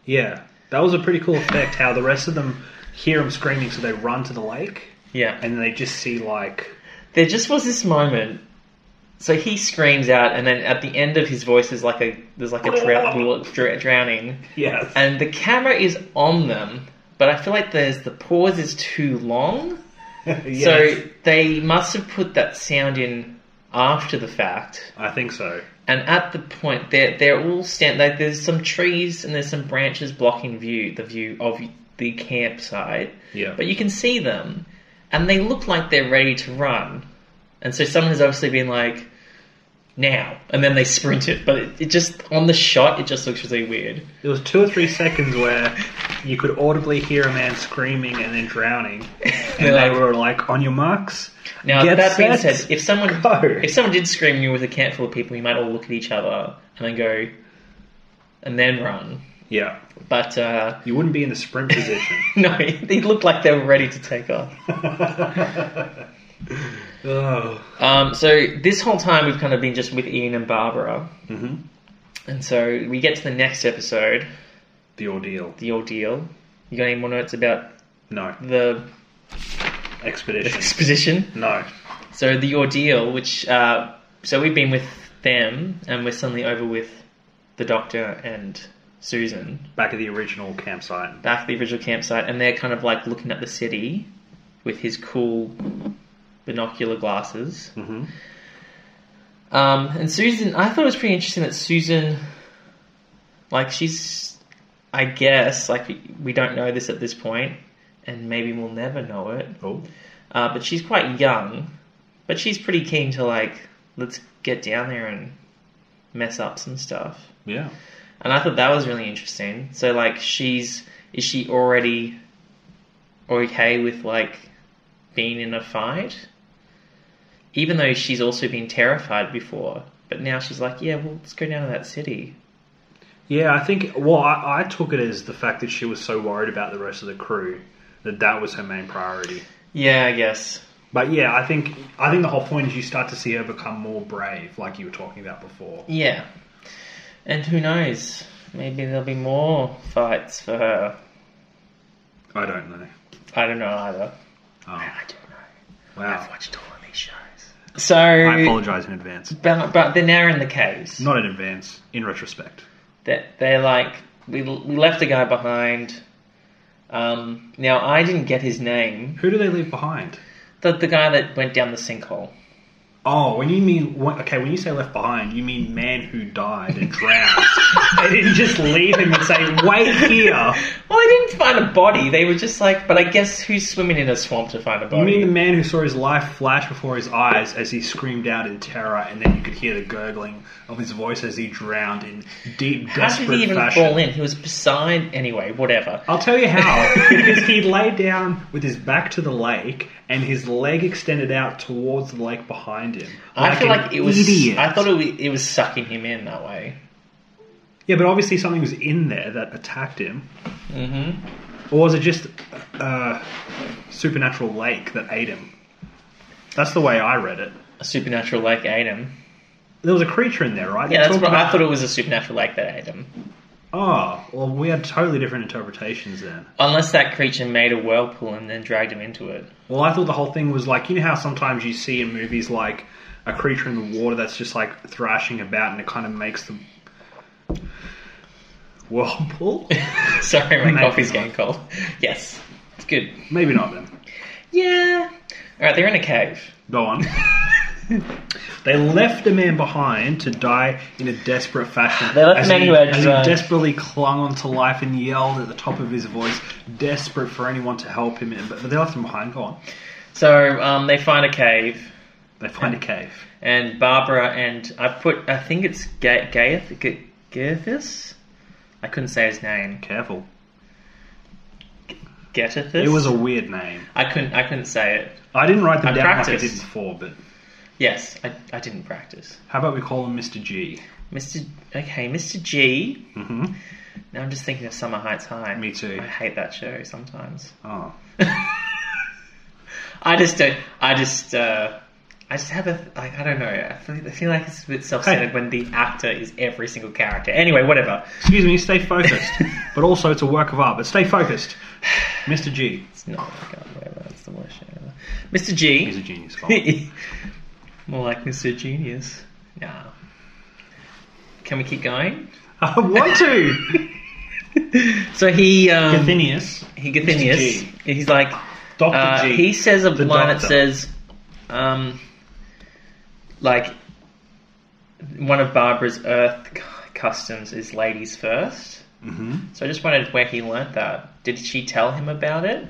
[SPEAKER 6] Yeah. That was a pretty cool effect how the rest of them hear him screaming, so they run to the lake
[SPEAKER 5] Yeah, and
[SPEAKER 6] and they just see, like,
[SPEAKER 5] there just was this moment. So he screams out, and then at the end of his voice is like a there's like a drow- dr- drowning,
[SPEAKER 6] yes.
[SPEAKER 5] and the camera is on them. But I feel like there's the pause is too long.
[SPEAKER 6] [LAUGHS]
[SPEAKER 5] So they must have put that sound in after the fact,
[SPEAKER 6] I think so.
[SPEAKER 5] and at the point they're they're all stand like there's some trees and there's some branches blocking view the view of the campsite,
[SPEAKER 6] Yeah.
[SPEAKER 5] but you can see them, and they look like they're ready to run, and so someone has obviously been like, now, and then they sprint it, but it, it just on the shot it just looks really weird.
[SPEAKER 6] There was two or three seconds where you could audibly hear a man screaming and then drowning, and
[SPEAKER 5] They're
[SPEAKER 6] they
[SPEAKER 5] like-
[SPEAKER 6] were like, "On your marks."
[SPEAKER 5] Now
[SPEAKER 6] Get
[SPEAKER 5] that being
[SPEAKER 6] set,
[SPEAKER 5] said, if someone
[SPEAKER 6] go.
[SPEAKER 5] if someone did scream you with a camp full of people, you might all look at each other and then go, and then run.
[SPEAKER 6] Yeah,
[SPEAKER 5] But uh, [LAUGHS]
[SPEAKER 6] you wouldn't be in the sprint position. [LAUGHS]
[SPEAKER 5] no, [LAUGHS] they looked like they were ready to take off.
[SPEAKER 6] oh,
[SPEAKER 5] Um, so this whole time we've kind of been just with Ian and Barbara,
[SPEAKER 6] Mhm.
[SPEAKER 5] and so we get to the next episode,
[SPEAKER 6] the ordeal.
[SPEAKER 5] the ordeal. You got any more notes about
[SPEAKER 6] No
[SPEAKER 5] the [LAUGHS]
[SPEAKER 6] expedition.
[SPEAKER 5] exposition?
[SPEAKER 6] No.
[SPEAKER 5] So the ordeal, which uh, so we've been with them, and we're suddenly over with the Doctor and Susan
[SPEAKER 6] Back at the original campsite.
[SPEAKER 5] back at the original campsite, and they're kind of like looking at the city with his cool binocular glasses.
[SPEAKER 6] Mhm.
[SPEAKER 5] Um, and Susan, I thought it was pretty interesting that Susan, like, she's, I guess, like, we don't know this at this point, and maybe we'll never know it.
[SPEAKER 6] Oh.
[SPEAKER 5] Uh, but she's quite young, but she's pretty keen to, like, let's get down there and mess up some stuff.
[SPEAKER 6] Yeah.
[SPEAKER 5] And I thought that was really interesting. So like she's is she already okay with like being in a fight? Even though she's also been terrified before, but now she's like, yeah, well, let's go down to that city.
[SPEAKER 6] Yeah, I think. Well, I, I took it as the fact that she was so worried about the rest of the crew that that was her main priority.
[SPEAKER 5] Yeah, I guess.
[SPEAKER 6] But yeah, I think I think the whole point is you start to see her become more brave, like you were talking about before.
[SPEAKER 5] Yeah. And who knows? Maybe there'll be more fights for her.
[SPEAKER 6] I don't know. Um,
[SPEAKER 5] I don't know either.
[SPEAKER 6] Oh,
[SPEAKER 5] I don't know.
[SPEAKER 6] wow.
[SPEAKER 5] watched all of these shows. So,
[SPEAKER 6] I apologize in advance.
[SPEAKER 5] but, but they're now in the caves.
[SPEAKER 6] Not in advance. In retrospect.
[SPEAKER 5] that they're like we, we left a guy behind. Um, now I didn't get his name.
[SPEAKER 6] Who do they leave behind?
[SPEAKER 5] The the guy that went down the sinkhole.
[SPEAKER 6] Oh, when you mean when, okay, when you say left behind, you mean man who died and [LAUGHS] drowned. they didn't just leave him and say, "Wait here."
[SPEAKER 5] Well, they didn't find a body. They were just like, but I guess who's swimming in a swamp to find a
[SPEAKER 6] You mean
[SPEAKER 5] body?
[SPEAKER 6] the man who saw his life flash before his eyes as he screamed out in terror, and then you could hear the gurgling of his voice as he drowned in deep,
[SPEAKER 5] How did
[SPEAKER 6] desperate
[SPEAKER 5] he even
[SPEAKER 6] fashion.
[SPEAKER 5] fall in? He was beside anyway. Whatever.
[SPEAKER 6] I'll tell
[SPEAKER 5] [LAUGHS]
[SPEAKER 6] you how. because he lay down with his back to the lake and his leg extended out towards the lake behind him.
[SPEAKER 5] I feel
[SPEAKER 6] an
[SPEAKER 5] like it was.
[SPEAKER 6] idiot.
[SPEAKER 5] I thought it was, it was sucking him in that way.
[SPEAKER 6] Yeah, but obviously something was in there that attacked him.
[SPEAKER 5] hmm
[SPEAKER 6] Or was it just a supernatural lake that ate him? That's the way I read it.
[SPEAKER 5] A supernatural lake ate him.
[SPEAKER 6] There was a creature in there, right?
[SPEAKER 5] Yeah, that's
[SPEAKER 6] Talk
[SPEAKER 5] what I
[SPEAKER 6] about-
[SPEAKER 5] thought. It was a supernatural lake that ate him.
[SPEAKER 6] Oh, well, we had totally different interpretations then.
[SPEAKER 5] Unless that creature made a whirlpool and then dragged him into it.
[SPEAKER 6] Well, I thought the whole thing was like you know how sometimes you see in movies like a creature in the water that's just like thrashing about and it kind of makes the [LAUGHS] whirlpool.
[SPEAKER 5] [LAUGHS] Sorry, my
[SPEAKER 6] Maybe
[SPEAKER 5] coffee's
[SPEAKER 6] not.
[SPEAKER 5] getting cold. [LAUGHS] Yes, it's good.
[SPEAKER 6] Maybe not then.
[SPEAKER 5] Yeah. All right, they're in a cave.
[SPEAKER 6] Go on. [LAUGHS] they left a man behind to die in a desperate fashion.
[SPEAKER 5] They left
[SPEAKER 6] as
[SPEAKER 5] a man
[SPEAKER 6] he,
[SPEAKER 5] who had
[SPEAKER 6] as he
[SPEAKER 5] drugs.
[SPEAKER 6] desperately clung onto life and yelled at the top of his voice, desperate for anyone to help him. But but they left him behind. Go on.
[SPEAKER 5] So um, they find a cave,
[SPEAKER 6] They find a cave.
[SPEAKER 5] and Barbara and I've put I think it's Ga- Gaeth G- Gaethus. I couldn't say his name.
[SPEAKER 6] Careful.
[SPEAKER 5] Gaethus.
[SPEAKER 6] It was a weird name.
[SPEAKER 5] I couldn't. I couldn't say it.
[SPEAKER 6] I didn't write them
[SPEAKER 5] I
[SPEAKER 6] down like I
[SPEAKER 5] practiced.
[SPEAKER 6] did before, but
[SPEAKER 5] Yes, I, I didn't practice.
[SPEAKER 6] how about we call him Mr. G?
[SPEAKER 5] Mr. Okay, Mr. G.
[SPEAKER 6] Mm-hmm.
[SPEAKER 5] Now I'm just thinking of Summer Heights High.
[SPEAKER 6] Me too.
[SPEAKER 5] I hate that show sometimes.
[SPEAKER 6] Oh.
[SPEAKER 5] I just don't. I just. Uh, I just have a. Like, I don't know. I feel, I feel like it's a bit self-centered
[SPEAKER 6] Hey.
[SPEAKER 5] when the actor is every single character. Anyway, whatever.
[SPEAKER 6] Excuse me, stay
[SPEAKER 5] [LAUGHS]
[SPEAKER 6] focused. but also, it's a work of art, but stay focused. Mr. G.
[SPEAKER 5] It's not. oh my God, whatever. That's the worst show ever. Mr. G.
[SPEAKER 6] He's a
[SPEAKER 5] [LAUGHS]
[SPEAKER 6] genius. Colin.
[SPEAKER 5] More like Mr. Genius. Nah. Can we keep going? [LAUGHS]
[SPEAKER 6] I want to!
[SPEAKER 5] So he. Um,
[SPEAKER 6] Athenius.
[SPEAKER 5] He
[SPEAKER 6] G.
[SPEAKER 5] Gathinius. He's like.
[SPEAKER 6] Dr.
[SPEAKER 5] Uh,
[SPEAKER 6] G.
[SPEAKER 5] he says a
[SPEAKER 6] the
[SPEAKER 5] line that
[SPEAKER 6] doctor.
[SPEAKER 5] says, um, like, one of Barbara's Earth c- customs is ladies first.
[SPEAKER 6] hmm
[SPEAKER 5] So I just wondered where he learnt that. Did she tell him about it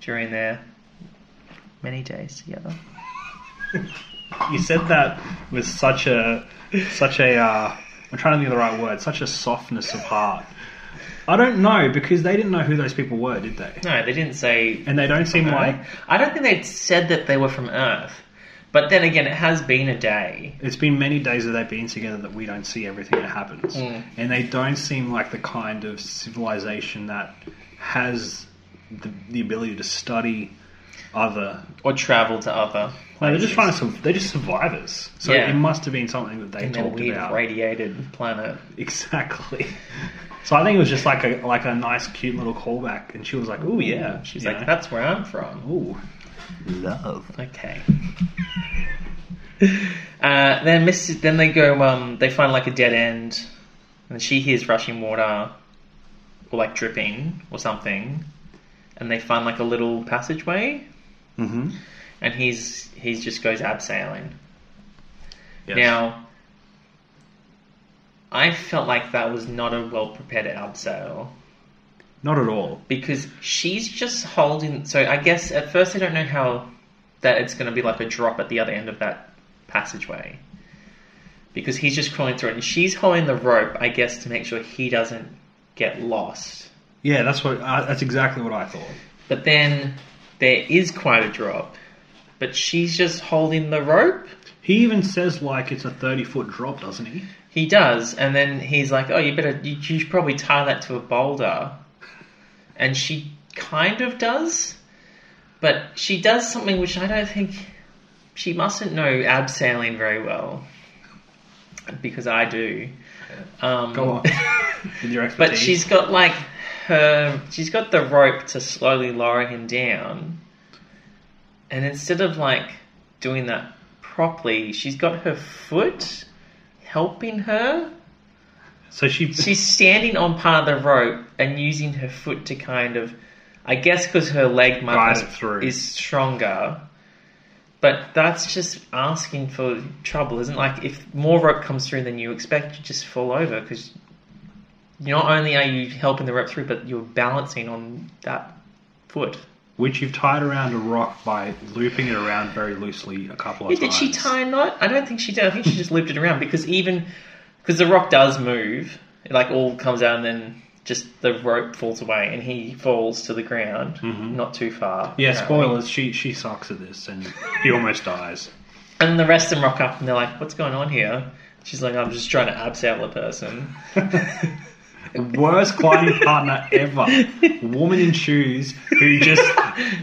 [SPEAKER 5] during their many days together?
[SPEAKER 6] You said that with such a, such a, uh, I'm trying to think of the right word, such a softness of heart. I don't know, because they didn't know who those people were, did they?
[SPEAKER 5] No, they didn't say.
[SPEAKER 6] And they don't seem like,
[SPEAKER 5] I don't think they said that they were from Earth. But then again, it has been a day.
[SPEAKER 6] it's been many days that they've been together that we don't see everything that happens.
[SPEAKER 5] Mm.
[SPEAKER 6] And they don't seem like the kind of civilization that has the, the ability to study other.
[SPEAKER 5] Or travel to other.
[SPEAKER 6] Like they're just
[SPEAKER 5] places.
[SPEAKER 6] trying to. sur- They're just survivors. So
[SPEAKER 5] Yeah.
[SPEAKER 6] it must have been something that they
[SPEAKER 5] in a
[SPEAKER 6] talked
[SPEAKER 5] weird
[SPEAKER 6] about.
[SPEAKER 5] radiated planet.
[SPEAKER 6] Exactly. So I think it was just like a like a nice, cute little callback, and she was like, "Oh yeah,"
[SPEAKER 5] Mm. She's
[SPEAKER 6] you
[SPEAKER 5] like,
[SPEAKER 6] know?
[SPEAKER 5] that's where I'm from.
[SPEAKER 6] "Ooh, love."
[SPEAKER 5] Okay. uh, then Mrs. Then they go. Um, they find like a dead end, and she hears rushing water, or like dripping or something, and they find like a little passageway,
[SPEAKER 6] Mm-hmm.
[SPEAKER 5] and he's he's just goes abseiling.
[SPEAKER 6] Yes.
[SPEAKER 5] Now, I felt like that was not a well prepared abseil
[SPEAKER 6] Not at all.
[SPEAKER 5] because she's just holding. So I guess at first I don't know how that it's going to be like a drop at the other end of that passageway because he's just crawling through it and she's holding the rope, I guess, to make sure he doesn't get lost.
[SPEAKER 6] Yeah, that's what. Uh, that's exactly what I thought.
[SPEAKER 5] But then there is quite a drop, but she's just holding the rope.
[SPEAKER 6] He even says like it's a thirty foot drop, doesn't he?
[SPEAKER 5] He does, and then he's like, "Oh, you better, you, you should probably tie that to a boulder," and she kind of does, but she does something which I don't think she mustn't know abseiling very well, because I do. Um,
[SPEAKER 6] Go on. [LAUGHS] With your expertise.
[SPEAKER 5] but she's got like her, she's got the rope to slowly lower him down, and instead of like doing that properly, she's got her foot helping her
[SPEAKER 6] so she.
[SPEAKER 5] she's standing on part of the rope and using her foot to kind of, I guess, because her leg
[SPEAKER 6] Guide
[SPEAKER 5] muscle
[SPEAKER 6] it through.
[SPEAKER 5] is stronger. But that's just asking for trouble, isn't it? Like if more rope comes through than you expect, you just fall over because not only are you helping the rope through, but you're balancing on that foot.
[SPEAKER 6] which you've tied around a rock by looping it around very loosely a couple of
[SPEAKER 5] Yeah, did
[SPEAKER 6] times.
[SPEAKER 5] she tie a knot? I don't think she did. I think she just looped it around because even because the rock does move, it like all comes out and then just the rope falls away and he falls to the ground, not too far.
[SPEAKER 6] Mm-hmm. Yeah,
[SPEAKER 5] apparently.
[SPEAKER 6] spoilers. She she sucks at this, and he almost dies.
[SPEAKER 5] And then the rest of them rock up and they're like, "What's going on here?" She's like, "I'm just trying to abseil a person." [LAUGHS]
[SPEAKER 6] Worst climbing partner ever. Woman in shoes who just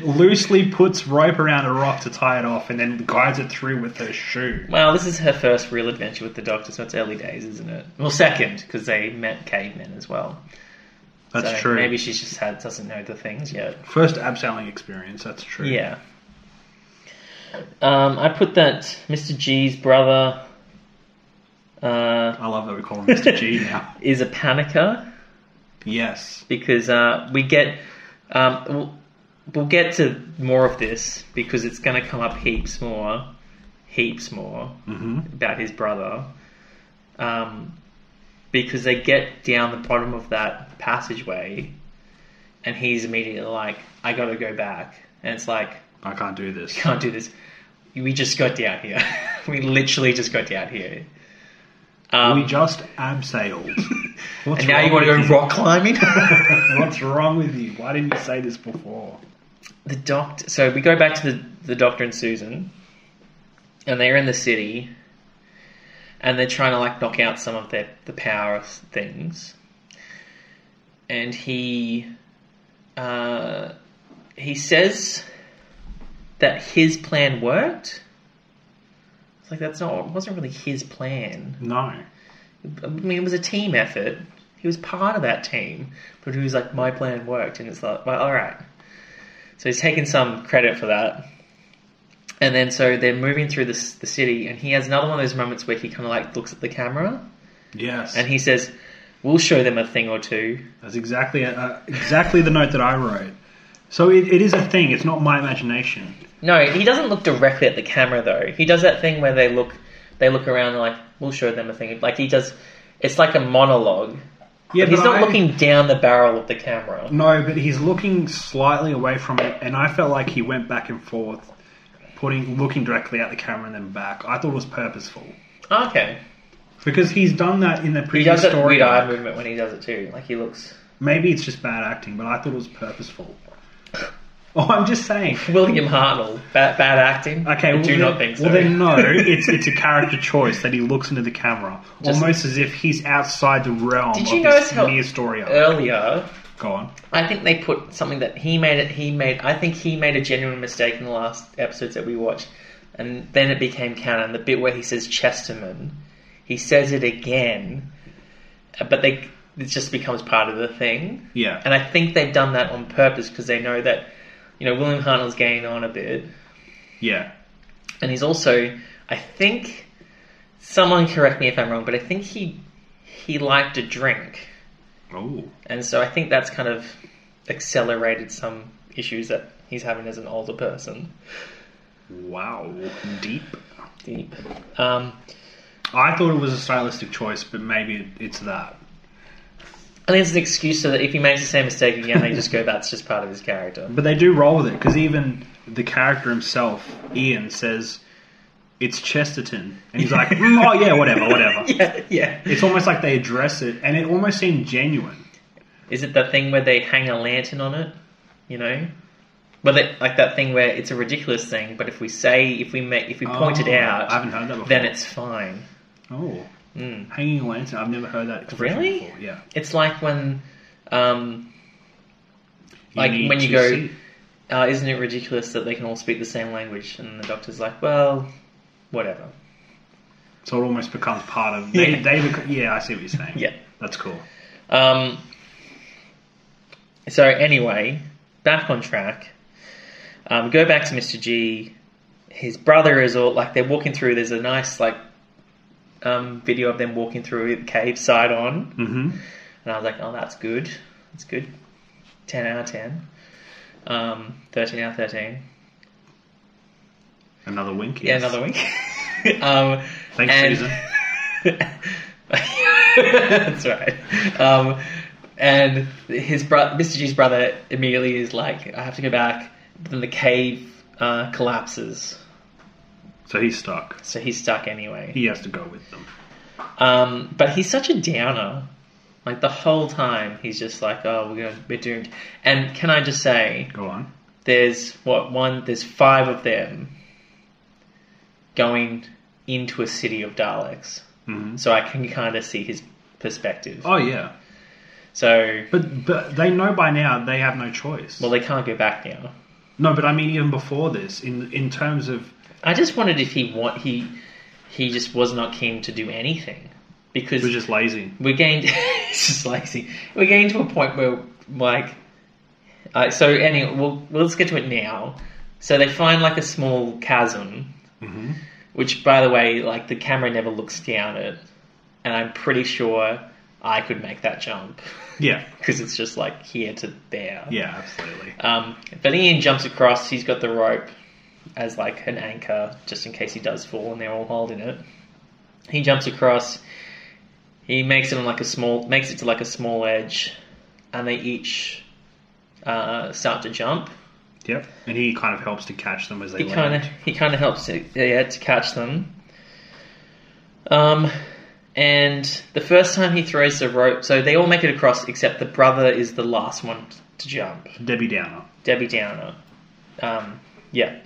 [SPEAKER 6] loosely puts rope around a rock to tie it off, and then guides it through with her shoe.
[SPEAKER 5] Well, this is her first real adventure with the Doctor, so it's early days, isn't it? Well, second because they met cavemen as well.
[SPEAKER 6] That's
[SPEAKER 5] so
[SPEAKER 6] true.
[SPEAKER 5] Maybe she's just had doesn't know the things yet.
[SPEAKER 6] First abseiling experience. That's true.
[SPEAKER 5] Yeah. Um, I put that Mr. G's brother uh,
[SPEAKER 6] I love that we call him Mr. G now.
[SPEAKER 5] is a panicker
[SPEAKER 6] Yes.
[SPEAKER 5] because uh, we get um, we'll, we'll get to more of this because it's going to come up heaps more, heaps more about his brother. Um, because they get down the bottom of that passageway, and he's immediately like, "I got to go back," and it's like,
[SPEAKER 6] I can't do this.
[SPEAKER 5] can't do this. We just got down here. [LAUGHS] we literally just got down here. Um,
[SPEAKER 6] we just
[SPEAKER 5] [LAUGHS]
[SPEAKER 6] abseiled. What's
[SPEAKER 5] and now you
[SPEAKER 6] wrong
[SPEAKER 5] want to
[SPEAKER 6] with
[SPEAKER 5] go rock climbing?
[SPEAKER 6] [LAUGHS]
[SPEAKER 5] [LAUGHS]
[SPEAKER 6] What's wrong with you? Why didn't you say this before?
[SPEAKER 5] the doctor. So we go back to the, the doctor and Susan, and they're in the city, and they're trying to like knock out some of their the power things. And he, uh, he says that his plan worked. It's like that's not it wasn't really his plan.
[SPEAKER 6] No.
[SPEAKER 5] I mean, it was a team effort. He was part of that team, but he was like, my plan worked, and it's like, well, all right. So he's taking some credit for that. And then so they're moving through this, the city, and he has another one of those moments where he kind of like looks at the camera
[SPEAKER 6] Yes.
[SPEAKER 5] and he says, "We'll show them a thing or two.
[SPEAKER 6] That's exactly uh, exactly the note that I wrote. So it, it is a thing. It's not my imagination.
[SPEAKER 5] No, he doesn't look directly at the camera though. He does that thing where they look, they look around and like, "We'll show them a thing." Like he does, it's like a monologue.
[SPEAKER 6] Yeah,
[SPEAKER 5] but he's not
[SPEAKER 6] I-
[SPEAKER 5] looking down the barrel of the camera.
[SPEAKER 6] No, but he's looking slightly away from it, and I felt like he went back and forth, putting looking directly at the camera and then back. I thought it was purposeful
[SPEAKER 5] Okay.
[SPEAKER 6] because he's done that in the
[SPEAKER 5] He
[SPEAKER 6] previous
[SPEAKER 5] does that
[SPEAKER 6] story.
[SPEAKER 5] weird eye
[SPEAKER 6] arc.
[SPEAKER 5] movement when he does it too. Like he looks.
[SPEAKER 6] Maybe it's just bad acting, but I thought it was purposeful. Oh, I'm just
[SPEAKER 5] [LAUGHS]
[SPEAKER 6] saying.
[SPEAKER 5] William Hartnell, bad, bad acting.
[SPEAKER 6] Okay,
[SPEAKER 5] I
[SPEAKER 6] well,
[SPEAKER 5] do
[SPEAKER 6] then,
[SPEAKER 5] not think so.
[SPEAKER 6] Well,
[SPEAKER 5] [LAUGHS]
[SPEAKER 6] then no, it's it's a character choice that he looks into the camera,
[SPEAKER 5] Just-
[SPEAKER 6] almost as if he's outside the realm
[SPEAKER 5] Did
[SPEAKER 6] of
[SPEAKER 5] you notice
[SPEAKER 6] this
[SPEAKER 5] how
[SPEAKER 6] mere story. arc.
[SPEAKER 5] earlier?
[SPEAKER 6] Go on.
[SPEAKER 5] I think they put something that he made. It he made. I think he made a genuine mistake in the last episodes that we watched, and then it became canon. The bit where he says Chesterman, he says it again, uh, but they it just becomes part of the thing.
[SPEAKER 6] Yeah.
[SPEAKER 5] And I think they've done that on purpose because they know that, you know, William Hartnell's getting on a bit.
[SPEAKER 6] yeah.
[SPEAKER 5] and he's also I think someone correct me if I'm wrong, but I think he he liked to drink,
[SPEAKER 6] Oh.
[SPEAKER 5] and so I think that's kind of accelerated some issues that he's having as an older person.
[SPEAKER 6] Wow. Deep.
[SPEAKER 5] Deep. Um,
[SPEAKER 6] I thought it was a stylistic choice, but maybe it- it's that.
[SPEAKER 5] I think it's an excuse so that if he makes the same mistake again, they just go, that's just part of his character.
[SPEAKER 6] But they do roll with it because even the character himself, Ian, says it's Chesterton, and
[SPEAKER 5] [LAUGHS]
[SPEAKER 6] he's like, "Mm, "Oh yeah, whatever, whatever."
[SPEAKER 5] Yeah, yeah.
[SPEAKER 6] It's almost like they address it, and it almost seemed genuine.
[SPEAKER 5] Is it the thing where they hang a lantern on it? You know? Well, they, like that thing where it's a ridiculous thing, but if we say, if we make, if we point it
[SPEAKER 6] Oh,
[SPEAKER 5] out,
[SPEAKER 6] I haven't heard that before.
[SPEAKER 5] then it's fine.
[SPEAKER 6] oh,
[SPEAKER 5] Mm.
[SPEAKER 6] hanging a lantern. I've never heard that. expression
[SPEAKER 5] Really?
[SPEAKER 6] Before. Yeah.
[SPEAKER 5] It's like when, um, like
[SPEAKER 6] need
[SPEAKER 5] when you
[SPEAKER 6] to
[SPEAKER 5] go,
[SPEAKER 6] see.
[SPEAKER 5] uh, isn't it ridiculous that they can all speak the same language? And the doctor's like, well, whatever.
[SPEAKER 6] so it almost becomes part of. They,
[SPEAKER 5] Yeah.
[SPEAKER 6] they bec- yeah, I see what you're saying.
[SPEAKER 5] Yeah.
[SPEAKER 6] that's cool.
[SPEAKER 5] Um, so anyway, back on track. Um, go back to Mr. G. His brother is all like they're walking through. There's a nice like um, video of them walking through the cave side on,
[SPEAKER 6] hmm
[SPEAKER 5] and I was like, oh, that's good. That's good. Ten out of ten. Um, thirteen out of thirteen.
[SPEAKER 6] Another wink.
[SPEAKER 5] Yeah,
[SPEAKER 6] Yes.
[SPEAKER 5] another wink.
[SPEAKER 6] [LAUGHS]
[SPEAKER 5] um,
[SPEAKER 6] Thanks,
[SPEAKER 5] and-
[SPEAKER 6] Susan.
[SPEAKER 5] [LAUGHS] That's right. Um, and his brother, Mr. G's brother, immediately is like, "I have to go back." Then the cave uh, collapses,
[SPEAKER 6] So he's stuck.
[SPEAKER 5] so he's stuck anyway.
[SPEAKER 6] He has to go with them.
[SPEAKER 5] Um, but he's such a downer. Like the whole time, he's just like, "Oh, we're gonna, we're doomed." And can I just say,
[SPEAKER 6] Go on.
[SPEAKER 5] there's what one? There's five of them going into a city of Daleks.
[SPEAKER 6] hmm
[SPEAKER 5] so I can kind of see his perspective.
[SPEAKER 6] Oh yeah,
[SPEAKER 5] So,
[SPEAKER 6] but but they know by now they have no choice.
[SPEAKER 5] well, they can't go back now.
[SPEAKER 6] no, but I mean even before this, in in terms of
[SPEAKER 5] I just wondered if he want he he just was not keen to do anything because
[SPEAKER 6] we're just lazy.
[SPEAKER 5] we're getting [LAUGHS] it's just lazy. We're getting to a point where like uh, so anyway, we'll, we'll let's get to it now. So they find like a small chasm,
[SPEAKER 6] Mhm.
[SPEAKER 5] which by the way, like the camera never looks down it, and I'm pretty sure I could make that jump [LAUGHS]
[SPEAKER 6] Yeah,
[SPEAKER 5] because it's just like here to there.
[SPEAKER 6] yeah, absolutely.
[SPEAKER 5] Um, but Ian jumps across. He's got the rope as like an anchor, just in case he does fall, and they're all holding it. He jumps across. He makes it on like a small, makes it to like a small edge, and they each uh, start to jump.
[SPEAKER 6] Yep, and he kind of helps to catch them as they
[SPEAKER 5] He kind of
[SPEAKER 6] land.
[SPEAKER 5] he kind of helps to, yeah to catch them. Um, and the first time he throws the rope, so they all make it across except the brother is the last one to jump.
[SPEAKER 6] Debbie Downer.
[SPEAKER 5] Debbie Downer. Um, yeah.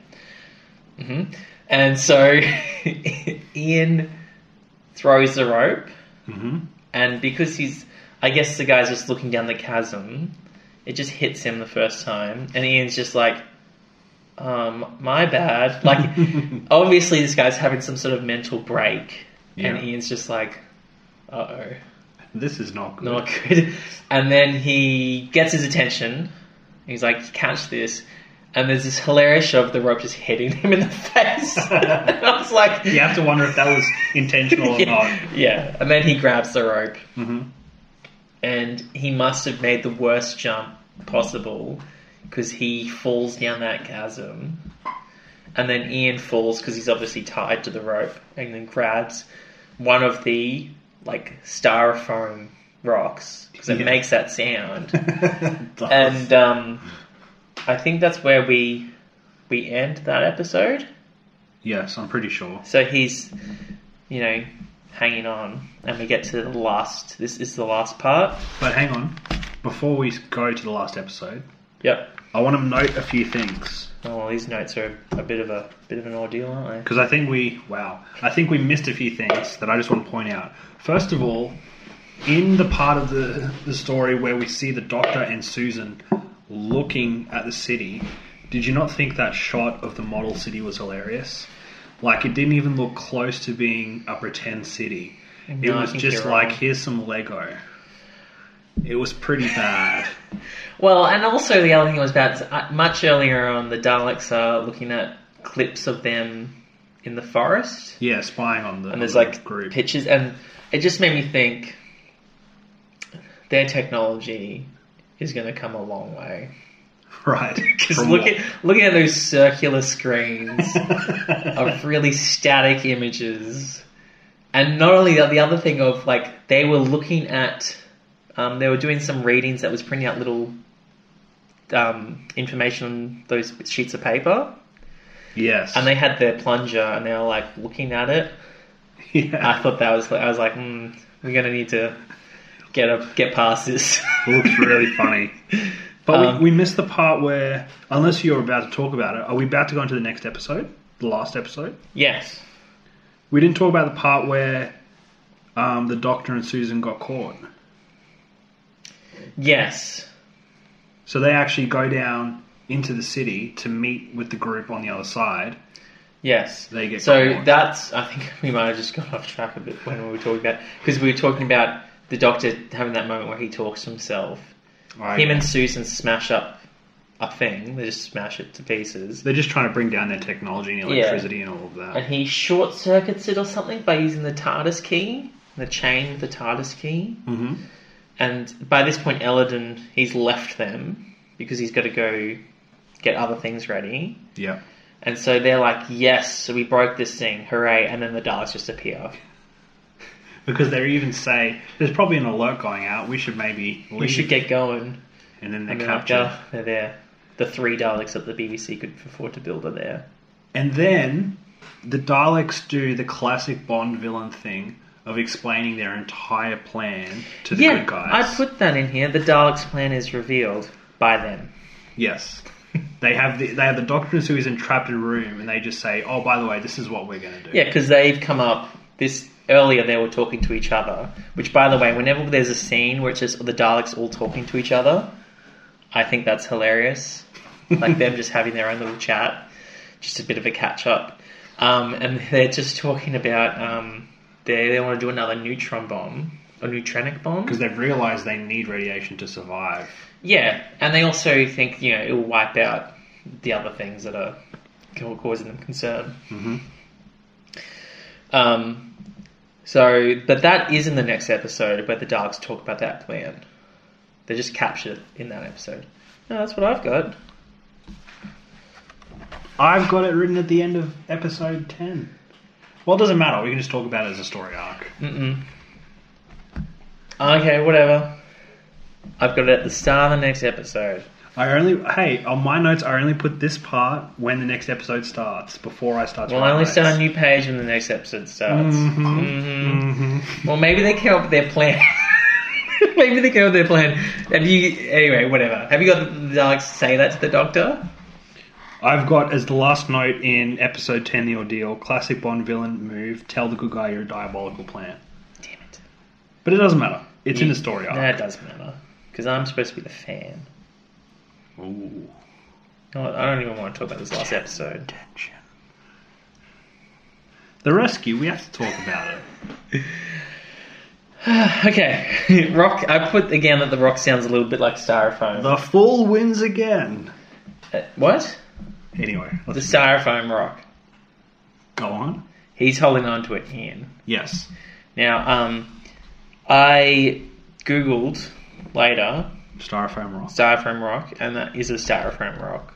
[SPEAKER 5] hmm And so [LAUGHS] Ian throws the rope,
[SPEAKER 6] hmm
[SPEAKER 5] and because he's, I guess the guy's just looking down the chasm, it just hits him the first time, and Ian's just like, um, my bad. Like, obviously, this guy's having some sort of mental break,
[SPEAKER 6] Yeah.
[SPEAKER 5] and Ian's just like, uh oh
[SPEAKER 6] This is not good.
[SPEAKER 5] not [LAUGHS] good. And then he gets his attention. He's like, catch this. And there's this hilarious shot of the rope just hitting him in the [LAUGHS]
[SPEAKER 6] [LAUGHS]
[SPEAKER 5] face. and I was like,
[SPEAKER 6] [LAUGHS] You have to wonder if that was intentional
[SPEAKER 5] [LAUGHS]
[SPEAKER 6] or
[SPEAKER 5] yeah,
[SPEAKER 6] not.
[SPEAKER 5] yeah. And then he grabs the rope.
[SPEAKER 6] hmm [LAUGHS]
[SPEAKER 5] And he must have made the worst jump possible because he falls down that chasm. And then Ian falls because he's obviously tied to the rope and then grabs one of the like styrofoam rocks because it
[SPEAKER 6] Yeah.
[SPEAKER 5] makes that sound. and um, I think that's where we we end that episode.
[SPEAKER 6] yes, I'm pretty sure.
[SPEAKER 5] So he's, you know, hanging on, and we get to the last. This is the last part.
[SPEAKER 6] But hang on, before we go to the last episode,
[SPEAKER 5] Yep.
[SPEAKER 6] I want to note a few things
[SPEAKER 5] Oh, well, these notes are a bit of a bit of an ordeal, aren't they?
[SPEAKER 6] because I think we wow, I think we missed a few things that I just want to point out. First of all, in the part of the the story where we see the Doctor and Susan looking at the city, did you not think that shot of the model city was hilarious? Like it didn't even look close to being a pretend city. it
[SPEAKER 5] No, I
[SPEAKER 6] was
[SPEAKER 5] think
[SPEAKER 6] just
[SPEAKER 5] you're
[SPEAKER 6] like
[SPEAKER 5] right.
[SPEAKER 6] here's some Lego. It was pretty bad.
[SPEAKER 5] Well, and also the other thing was about uh, much earlier on. The Daleks are looking at clips of them in the forest.
[SPEAKER 6] yeah, spying on the
[SPEAKER 5] and there's
[SPEAKER 6] on the
[SPEAKER 5] like
[SPEAKER 6] group.
[SPEAKER 5] pictures, and it just made me think their technology is going to come a long way.
[SPEAKER 6] [LAUGHS] right.
[SPEAKER 5] Because
[SPEAKER 6] From
[SPEAKER 5] look
[SPEAKER 6] what?
[SPEAKER 5] at looking at those circular screens of really static images And not only that, the other thing of like they were looking at, um, they were doing some readings that was printing out little um, information on those sheets of paper,
[SPEAKER 6] [LAUGHS] Yes. [LAUGHS]
[SPEAKER 5] and they had their plunger and they were like looking at it.
[SPEAKER 6] yeah.
[SPEAKER 5] I thought that was I was like, mm, we're gonna need to get a, get past this.
[SPEAKER 6] looks really [LAUGHS] funny. But
[SPEAKER 5] Um,
[SPEAKER 6] we, we missed the part where, unless you're about to talk about it, are we about to go into the next episode? The last episode?
[SPEAKER 5] yes.
[SPEAKER 6] We didn't talk about the part where um, the doctor and Susan got caught.
[SPEAKER 5] Yes.
[SPEAKER 6] So they actually go down into the city to meet with the group on the other side.
[SPEAKER 5] Yes.
[SPEAKER 6] They get
[SPEAKER 5] so
[SPEAKER 6] caught.
[SPEAKER 5] that's. I think [LAUGHS] we might have just got off track a bit when we were talking about because we were talking about the doctor having that moment where he talks to himself.
[SPEAKER 6] Right.
[SPEAKER 5] Him and Susan smash up a thing. They just smash it to pieces,
[SPEAKER 6] They're just trying to bring down their technology and
[SPEAKER 5] Yeah.
[SPEAKER 6] electricity and all of that.
[SPEAKER 5] and he short circuits it or something by using the TARDIS key, the chain with the TARDIS key.
[SPEAKER 6] hmm
[SPEAKER 5] And by this point, Elodin he's left them because he's got to go get other things ready.
[SPEAKER 6] Yeah.
[SPEAKER 5] And so they're like, "Yes, so we broke this thing, hooray!" And then the Daleks just appear.
[SPEAKER 6] Because they even say, there's probably an alert going out. We should maybe leave.
[SPEAKER 5] We should get going.
[SPEAKER 6] and then they
[SPEAKER 5] And they're like,
[SPEAKER 6] capture.
[SPEAKER 5] "Ah, they're there. The three Daleks that the BBC could afford to build are there.
[SPEAKER 6] And then the Daleks do the classic Bond villain thing of explaining their entire plan to the
[SPEAKER 5] yeah,
[SPEAKER 6] good guys.
[SPEAKER 5] I put that in here. The Daleks' plan is revealed by them.
[SPEAKER 6] yes. They have the they have the Doctor who is entrapped in a room, and they just say, "Oh, by the way, this is what we're going to do."
[SPEAKER 5] Yeah, because they've come up this earlier. They were talking to each other. Which, by the way, whenever there's a scene where it's just the Daleks all talking to each other, I think that's hilarious. like them just having their own little chat, just a bit of a catch up, um, and they're just talking about um, they they want to do another neutron bomb, a neutronic bomb.
[SPEAKER 6] Because they've realized they need radiation to survive.
[SPEAKER 5] Yeah, and they also think you know it will wipe out the other things that are ca- causing them concern.
[SPEAKER 6] Mhm.
[SPEAKER 5] Um, so, but that is in the next episode where the Darks talk about that plan. They're just captured in that episode. No, that's what I've got.
[SPEAKER 6] I've got it written at the end of episode ten. Well, it doesn't matter. We can just talk about it as a story arc.
[SPEAKER 5] Mm-mm. Okay, whatever. I've got it at the start of the next episode.
[SPEAKER 6] I only hey on my notes. I only put this part when the next episode starts before I start. to
[SPEAKER 5] We'll
[SPEAKER 6] write
[SPEAKER 5] only start a
[SPEAKER 6] notes.
[SPEAKER 5] new page when the next episode starts.
[SPEAKER 6] Mm-hmm.
[SPEAKER 5] Mhm.
[SPEAKER 6] Mhm.
[SPEAKER 5] Well, maybe they came up with their plan. [LAUGHS] maybe they came up with their plan. Have you, anyway, whatever. Have you got the Daleks say that to the Doctor?
[SPEAKER 6] I've got as the last note in episode 10 The Ordeal classic Bond villain move tell the good guy your diabolical plan.
[SPEAKER 5] Damn it.
[SPEAKER 6] But it doesn't matter. It's in
[SPEAKER 5] You-
[SPEAKER 6] the story arc.
[SPEAKER 5] That doesn't matter. Because I'm supposed to be the fan.
[SPEAKER 6] Ooh,
[SPEAKER 5] You know what, I don't even want to talk about this last episode. [SIGHS]
[SPEAKER 6] tension. The rescue, we have to talk about it.
[SPEAKER 5] Okay, [LAUGHS] rock. I put again that the rock sounds a little bit like styrofoam.
[SPEAKER 6] The fool wins again.
[SPEAKER 5] Uh, what?
[SPEAKER 6] Anyway,
[SPEAKER 5] The
[SPEAKER 6] let's
[SPEAKER 5] styrofoam rock.
[SPEAKER 6] go on.
[SPEAKER 5] He's holding on to it, Ian.
[SPEAKER 6] Yes.
[SPEAKER 5] Now, um, I googled later
[SPEAKER 6] Styrofoam rock.
[SPEAKER 5] styrofoam rock, and that is a styrofoam rock.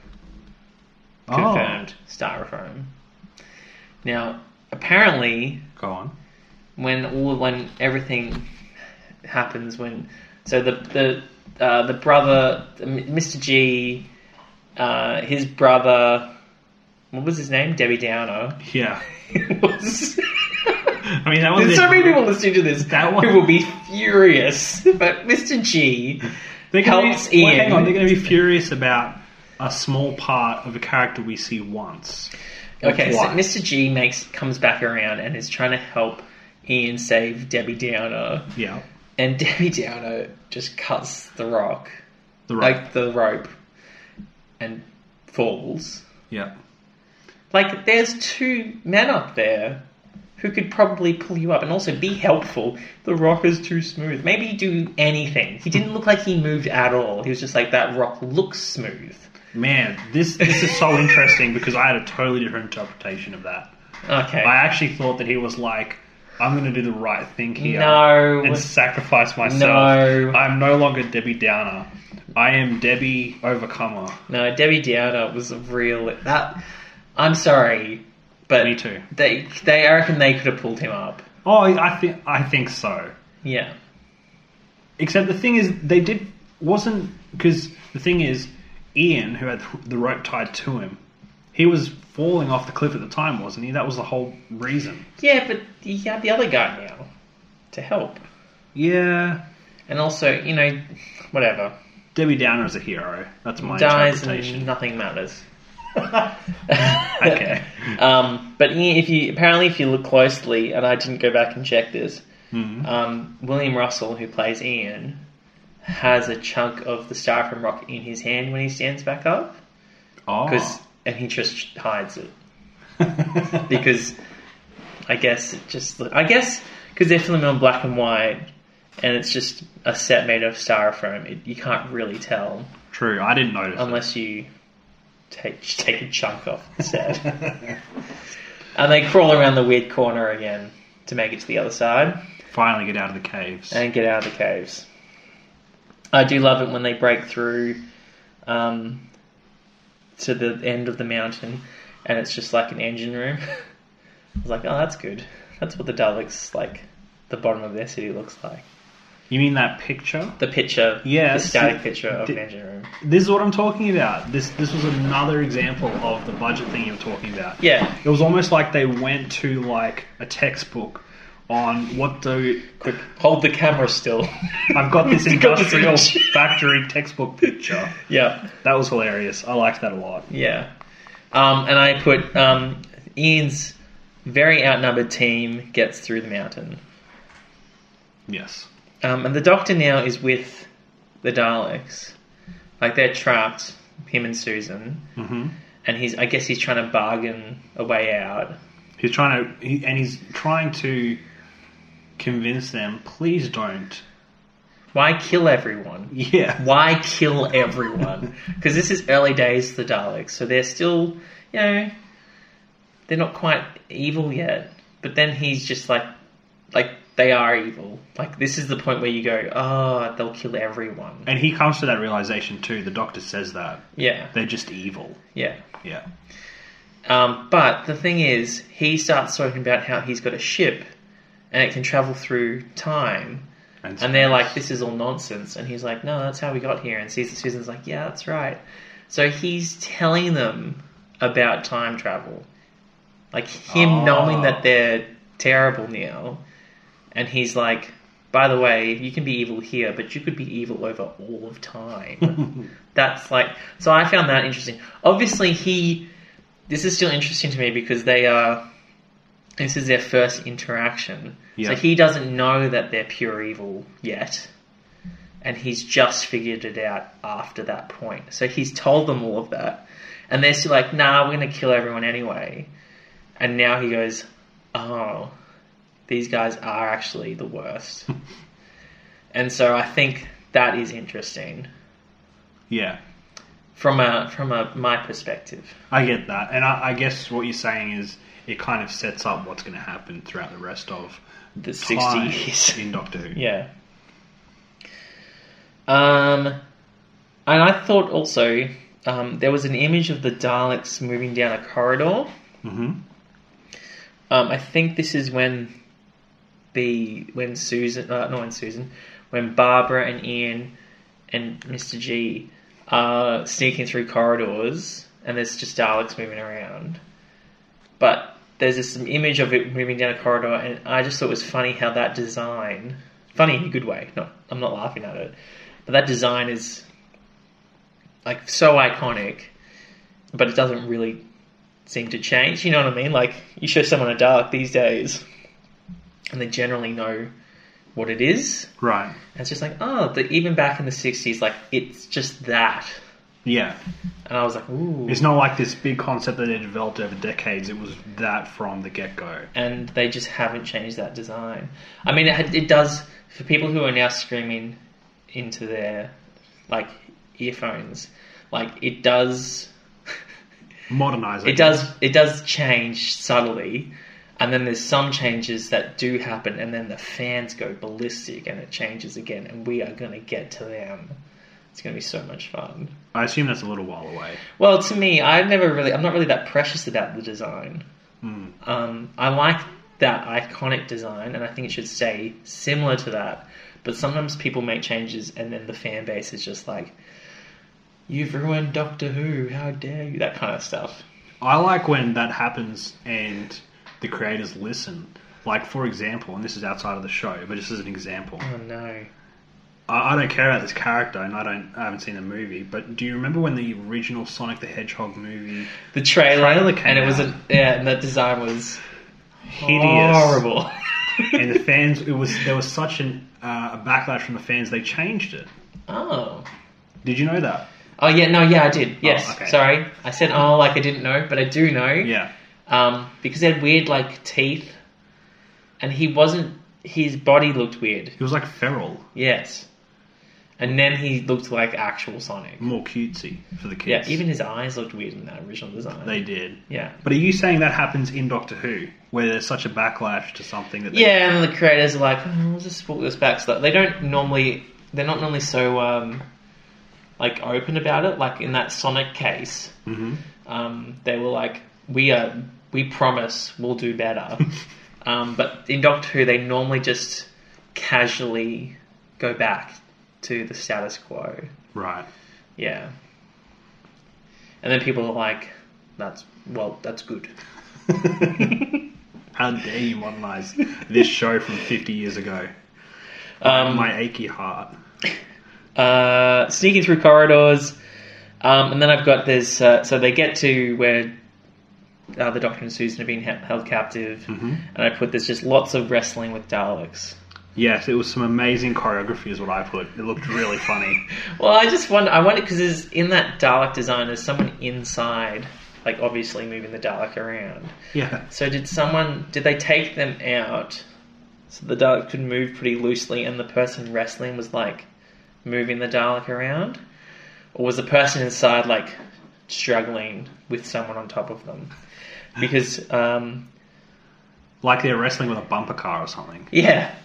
[SPEAKER 6] Oh.
[SPEAKER 5] confirmed styrofoam. Now, apparently,
[SPEAKER 6] Oh, go on.
[SPEAKER 5] when all when everything happens, when so the the uh, the brother, M- Mr. G, uh, his brother, what was his name? Debbie Downer. [LAUGHS]
[SPEAKER 6] Yeah.
[SPEAKER 5] was.
[SPEAKER 6] I mean, that one.
[SPEAKER 5] There's so many people listening to this
[SPEAKER 6] That one-
[SPEAKER 5] who will be furious. But Mr. G,
[SPEAKER 6] They're gonna
[SPEAKER 5] helps
[SPEAKER 6] be, well, hang
[SPEAKER 5] Ian.
[SPEAKER 6] on, they're going to be furious about a small part of a character we see once. or
[SPEAKER 5] okay, so
[SPEAKER 6] twice.
[SPEAKER 5] Mr. G makes comes back around and is trying to help Ian save Debbie Downer.
[SPEAKER 6] Yeah.
[SPEAKER 5] and [LAUGHS] Debbie Downer just cuts the rock,
[SPEAKER 6] The rock.
[SPEAKER 5] like the rope, and falls.
[SPEAKER 6] yeah.
[SPEAKER 5] Like, there's two men up there who could probably pull you up and also be helpful. The rock is too smooth. Maybe do anything. He didn't look like he moved at all. He was just like, that rock looks smooth.
[SPEAKER 6] Man, this this is so interesting because I had a totally different interpretation of that.
[SPEAKER 5] Okay.
[SPEAKER 6] I actually thought that he was like, "I'm going to do the right thing here
[SPEAKER 5] No.
[SPEAKER 6] and sacrifice myself.
[SPEAKER 5] No.
[SPEAKER 6] I'm no longer Debbie Downer. I am Debbie Overcomer."
[SPEAKER 5] No, Debbie Downer was a real. That. I'm sorry, but.
[SPEAKER 6] Me too.
[SPEAKER 5] They, they, I reckon they could have pulled him up.
[SPEAKER 6] Oh, I think I think so.
[SPEAKER 5] Yeah.
[SPEAKER 6] Except the thing is, they did wasn't because the thing is, Ian, who had the rope tied to him, he was falling off the cliff at the time, wasn't he? That was the whole reason.
[SPEAKER 5] Yeah, but you had the other guy now to help.
[SPEAKER 6] Yeah,
[SPEAKER 5] And also, you know, whatever.
[SPEAKER 6] Debbie Downer is a hero. That's my
[SPEAKER 5] Dies
[SPEAKER 6] interpretation.
[SPEAKER 5] and nothing
[SPEAKER 6] [LAUGHS]
[SPEAKER 5] matters. [LAUGHS]
[SPEAKER 6] Okay.
[SPEAKER 5] Um, but yeah, if you apparently, if you look closely, and I didn't go back and check this,
[SPEAKER 6] Hmm.
[SPEAKER 5] um, William Russell, who plays Ian, has a chunk of the styrofoam rock in his hand when he stands back up,
[SPEAKER 6] Oh. [LAUGHS]
[SPEAKER 5] 'cause- and he just hides it because I guess it just I guess because they're filming on black and white, and it's just a set made of styrofoam. It, you can't really tell
[SPEAKER 6] True, I didn't notice. it.
[SPEAKER 5] unless you take take a chunk off the
[SPEAKER 6] [LAUGHS]
[SPEAKER 5] set. and they crawl around the weird corner again to make it to the other side
[SPEAKER 6] Finally, get out of the caves.
[SPEAKER 5] and get out of the caves. I do love it when they break through um, to the end of the mountain, and it's just like an engine room. [LAUGHS] I was like, oh, that's good. That's what the Daleks like. The bottom of their city looks like
[SPEAKER 6] you mean that picture?
[SPEAKER 5] the picture,
[SPEAKER 6] Yeah,
[SPEAKER 5] the
[SPEAKER 6] see,
[SPEAKER 5] static picture of
[SPEAKER 6] the-
[SPEAKER 5] an engine room.
[SPEAKER 6] This is what I'm talking about. This this was another example of the budget thing you were talking about.
[SPEAKER 5] Yeah,
[SPEAKER 6] It was almost like they went to like a textbook on what do
[SPEAKER 5] [LAUGHS] quick, hold the camera still.
[SPEAKER 6] [LAUGHS] I've got this
[SPEAKER 5] [LAUGHS] Got this
[SPEAKER 6] industrial [LAUGHS]
[SPEAKER 5] image. [LAUGHS]
[SPEAKER 6] factory textbook picture.
[SPEAKER 5] yeah.
[SPEAKER 6] That was hilarious. I liked that a lot.
[SPEAKER 5] Yeah. Um, and I put um, Ian's very outnumbered team gets through the mountain.
[SPEAKER 6] Yes.
[SPEAKER 5] Um, and the doctor now is with the Daleks. Like they're trapped, him and Susan.
[SPEAKER 6] hmm
[SPEAKER 5] And he's, I guess he's trying to bargain a way out.
[SPEAKER 6] He's trying to, he, and he's trying to convince them. Please don't.
[SPEAKER 5] Why kill everyone?
[SPEAKER 6] Yeah.
[SPEAKER 5] Why kill everyone? Because this is early days for the Daleks, so they're still, you know, they're not quite evil yet. But then he's just like, like they are evil. Like this is the point where you go, oh, they'll kill everyone.
[SPEAKER 6] And he comes to that realization too. The doctor says that
[SPEAKER 5] Yeah,
[SPEAKER 6] they're just evil.
[SPEAKER 5] yeah.
[SPEAKER 6] Yeah.
[SPEAKER 5] Um, but the thing is, he starts talking about how he's got a ship, and it can travel through time. And they're like, this is all nonsense. And he's like, no, that's how we got here. And Susan, Susan's like, yeah, that's right. So he's telling them about time travel. Like him
[SPEAKER 6] Oh.
[SPEAKER 5] knowing that they're terrible now. And he's like, by the way, you can be evil here, but you could be evil over all of time. that's like, so I found that interesting. Obviously, he, this is still interesting to me because they are, this is their first interaction.
[SPEAKER 6] Yeah.
[SPEAKER 5] So he doesn't know that they're pure evil yet. And he's just figured it out after that point. So he's told them all of that. And they're still like, nah, we're going to kill everyone anyway. And now he goes, oh, these guys are actually the
[SPEAKER 6] [LAUGHS]
[SPEAKER 5] worst. and so I think that is interesting
[SPEAKER 6] yeah.
[SPEAKER 5] from a from a my perspective.
[SPEAKER 6] I get that, and I, I guess what you're saying is it kind of sets up what's going to happen throughout the rest of
[SPEAKER 5] The
[SPEAKER 6] time
[SPEAKER 5] 60 years.
[SPEAKER 6] [LAUGHS] in Doctor Who.
[SPEAKER 5] Yeah. Um, and I thought also um, there was an image of the Daleks moving down a corridor.
[SPEAKER 6] hmm
[SPEAKER 5] Um, I think this is when the when Susan, uh, not when Susan, when Barbara and Ian and Mr. G are sneaking through corridors, and there's just Daleks moving around. But there's this image of it moving down a corridor, and I just thought it was funny how that design, funny in a good way. Not, I'm not laughing at it, but that design is like so iconic, but it doesn't really seem to change. You know what I mean? Like you show someone a dark these days, and they generally know what it is.
[SPEAKER 6] Right.
[SPEAKER 5] And it's just like, oh, the, even back in the '60s, like it's just that.
[SPEAKER 6] Yeah.
[SPEAKER 5] And I was like, ooh.
[SPEAKER 6] It's not like this big concept that they developed over decades. It was that from the get go.
[SPEAKER 5] and they just haven't changed that design. I mean, it, had- it does for people who are now screaming into their like earphones. Like it does, [LAUGHS]
[SPEAKER 6] Modernize
[SPEAKER 5] it does, it does change subtly, and then there's some changes that do happen, and then the fans go ballistic, and it changes again, and we are gonna get to them. It's gonna be so much fun.
[SPEAKER 6] I assume that's a little while away.
[SPEAKER 5] Well, to me, I've never really, I'm not really that precious about the design. Um, I like that iconic design, and I think it should stay similar to that. But sometimes people make changes, and then the fan base is just like, "You've ruined Doctor Who! How dare you!" That kind of stuff.
[SPEAKER 6] I like when that happens and the creators listen. Like, for example, and this is outside of the show, but just as an example,
[SPEAKER 5] Oh no!
[SPEAKER 6] I, I don't care about this character, and I don't, I haven't seen the movie. But do you remember when the original Sonic the Hedgehog movie?
[SPEAKER 5] The trailer,
[SPEAKER 6] Trailer came
[SPEAKER 5] and it was
[SPEAKER 6] out.
[SPEAKER 5] a yeah, and that design was
[SPEAKER 6] Hideous.
[SPEAKER 5] horrible. [LAUGHS]
[SPEAKER 6] [LAUGHS] and the fans, it was there was such an uh, a backlash from the fans. They changed it.
[SPEAKER 5] oh.
[SPEAKER 6] Did you know that?
[SPEAKER 5] Oh yeah, no, yeah, I did. Yes,
[SPEAKER 6] okay.
[SPEAKER 5] sorry, I said oh like I didn't know, but I do know.
[SPEAKER 6] Yeah.
[SPEAKER 5] Um, because he had weird like teeth, and he wasn't. His body looked weird.
[SPEAKER 6] It was like feral,
[SPEAKER 5] Yes, and then he looked like actual Sonic.
[SPEAKER 6] more cutesy for the
[SPEAKER 5] Yeah,
[SPEAKER 6] kids.
[SPEAKER 5] even his eyes looked weird in that original design.
[SPEAKER 6] they did.
[SPEAKER 5] yeah.
[SPEAKER 6] But are you saying that happens in Doctor Who, where there's such a backlash to something that? They,
[SPEAKER 5] Yeah, and the creators are like, oh, let's just walk this back. So they don't normally, they're not normally so um, like open about it. Like in that Sonic case, um, they were like, we are, we promise we'll do better. um, but in Doctor Who, they normally just casually go back to the status quo. [LAUGHS]
[SPEAKER 6] Right.
[SPEAKER 5] Yeah. And then people are like, that's well, that's good. [LAUGHS]
[SPEAKER 6] How dare you modernize this show from 50 years ago?
[SPEAKER 5] Um,
[SPEAKER 6] My achy heart.
[SPEAKER 5] uh, sneaking through corridors, um, and then I've got this. Uh, so they get to where uh, the Doctor and Susan are being he- held captive, and I put there's just lots of wrestling with Daleks.
[SPEAKER 6] Yes, it was some amazing choreography, is what I put. It looked really funny.
[SPEAKER 5] Well, I just wonder. I wonder because in that Dalek design, there's someone inside, like obviously moving the Dalek around.
[SPEAKER 6] [LAUGHS] Yeah.
[SPEAKER 5] So did someone? Did they take them out so the Dalek could move pretty loosely, and the person wrestling was like moving the Dalek around, or was the person inside like struggling with someone on top of them? Because um,
[SPEAKER 6] Like they're wrestling with a bumper car or something.
[SPEAKER 5] yeah,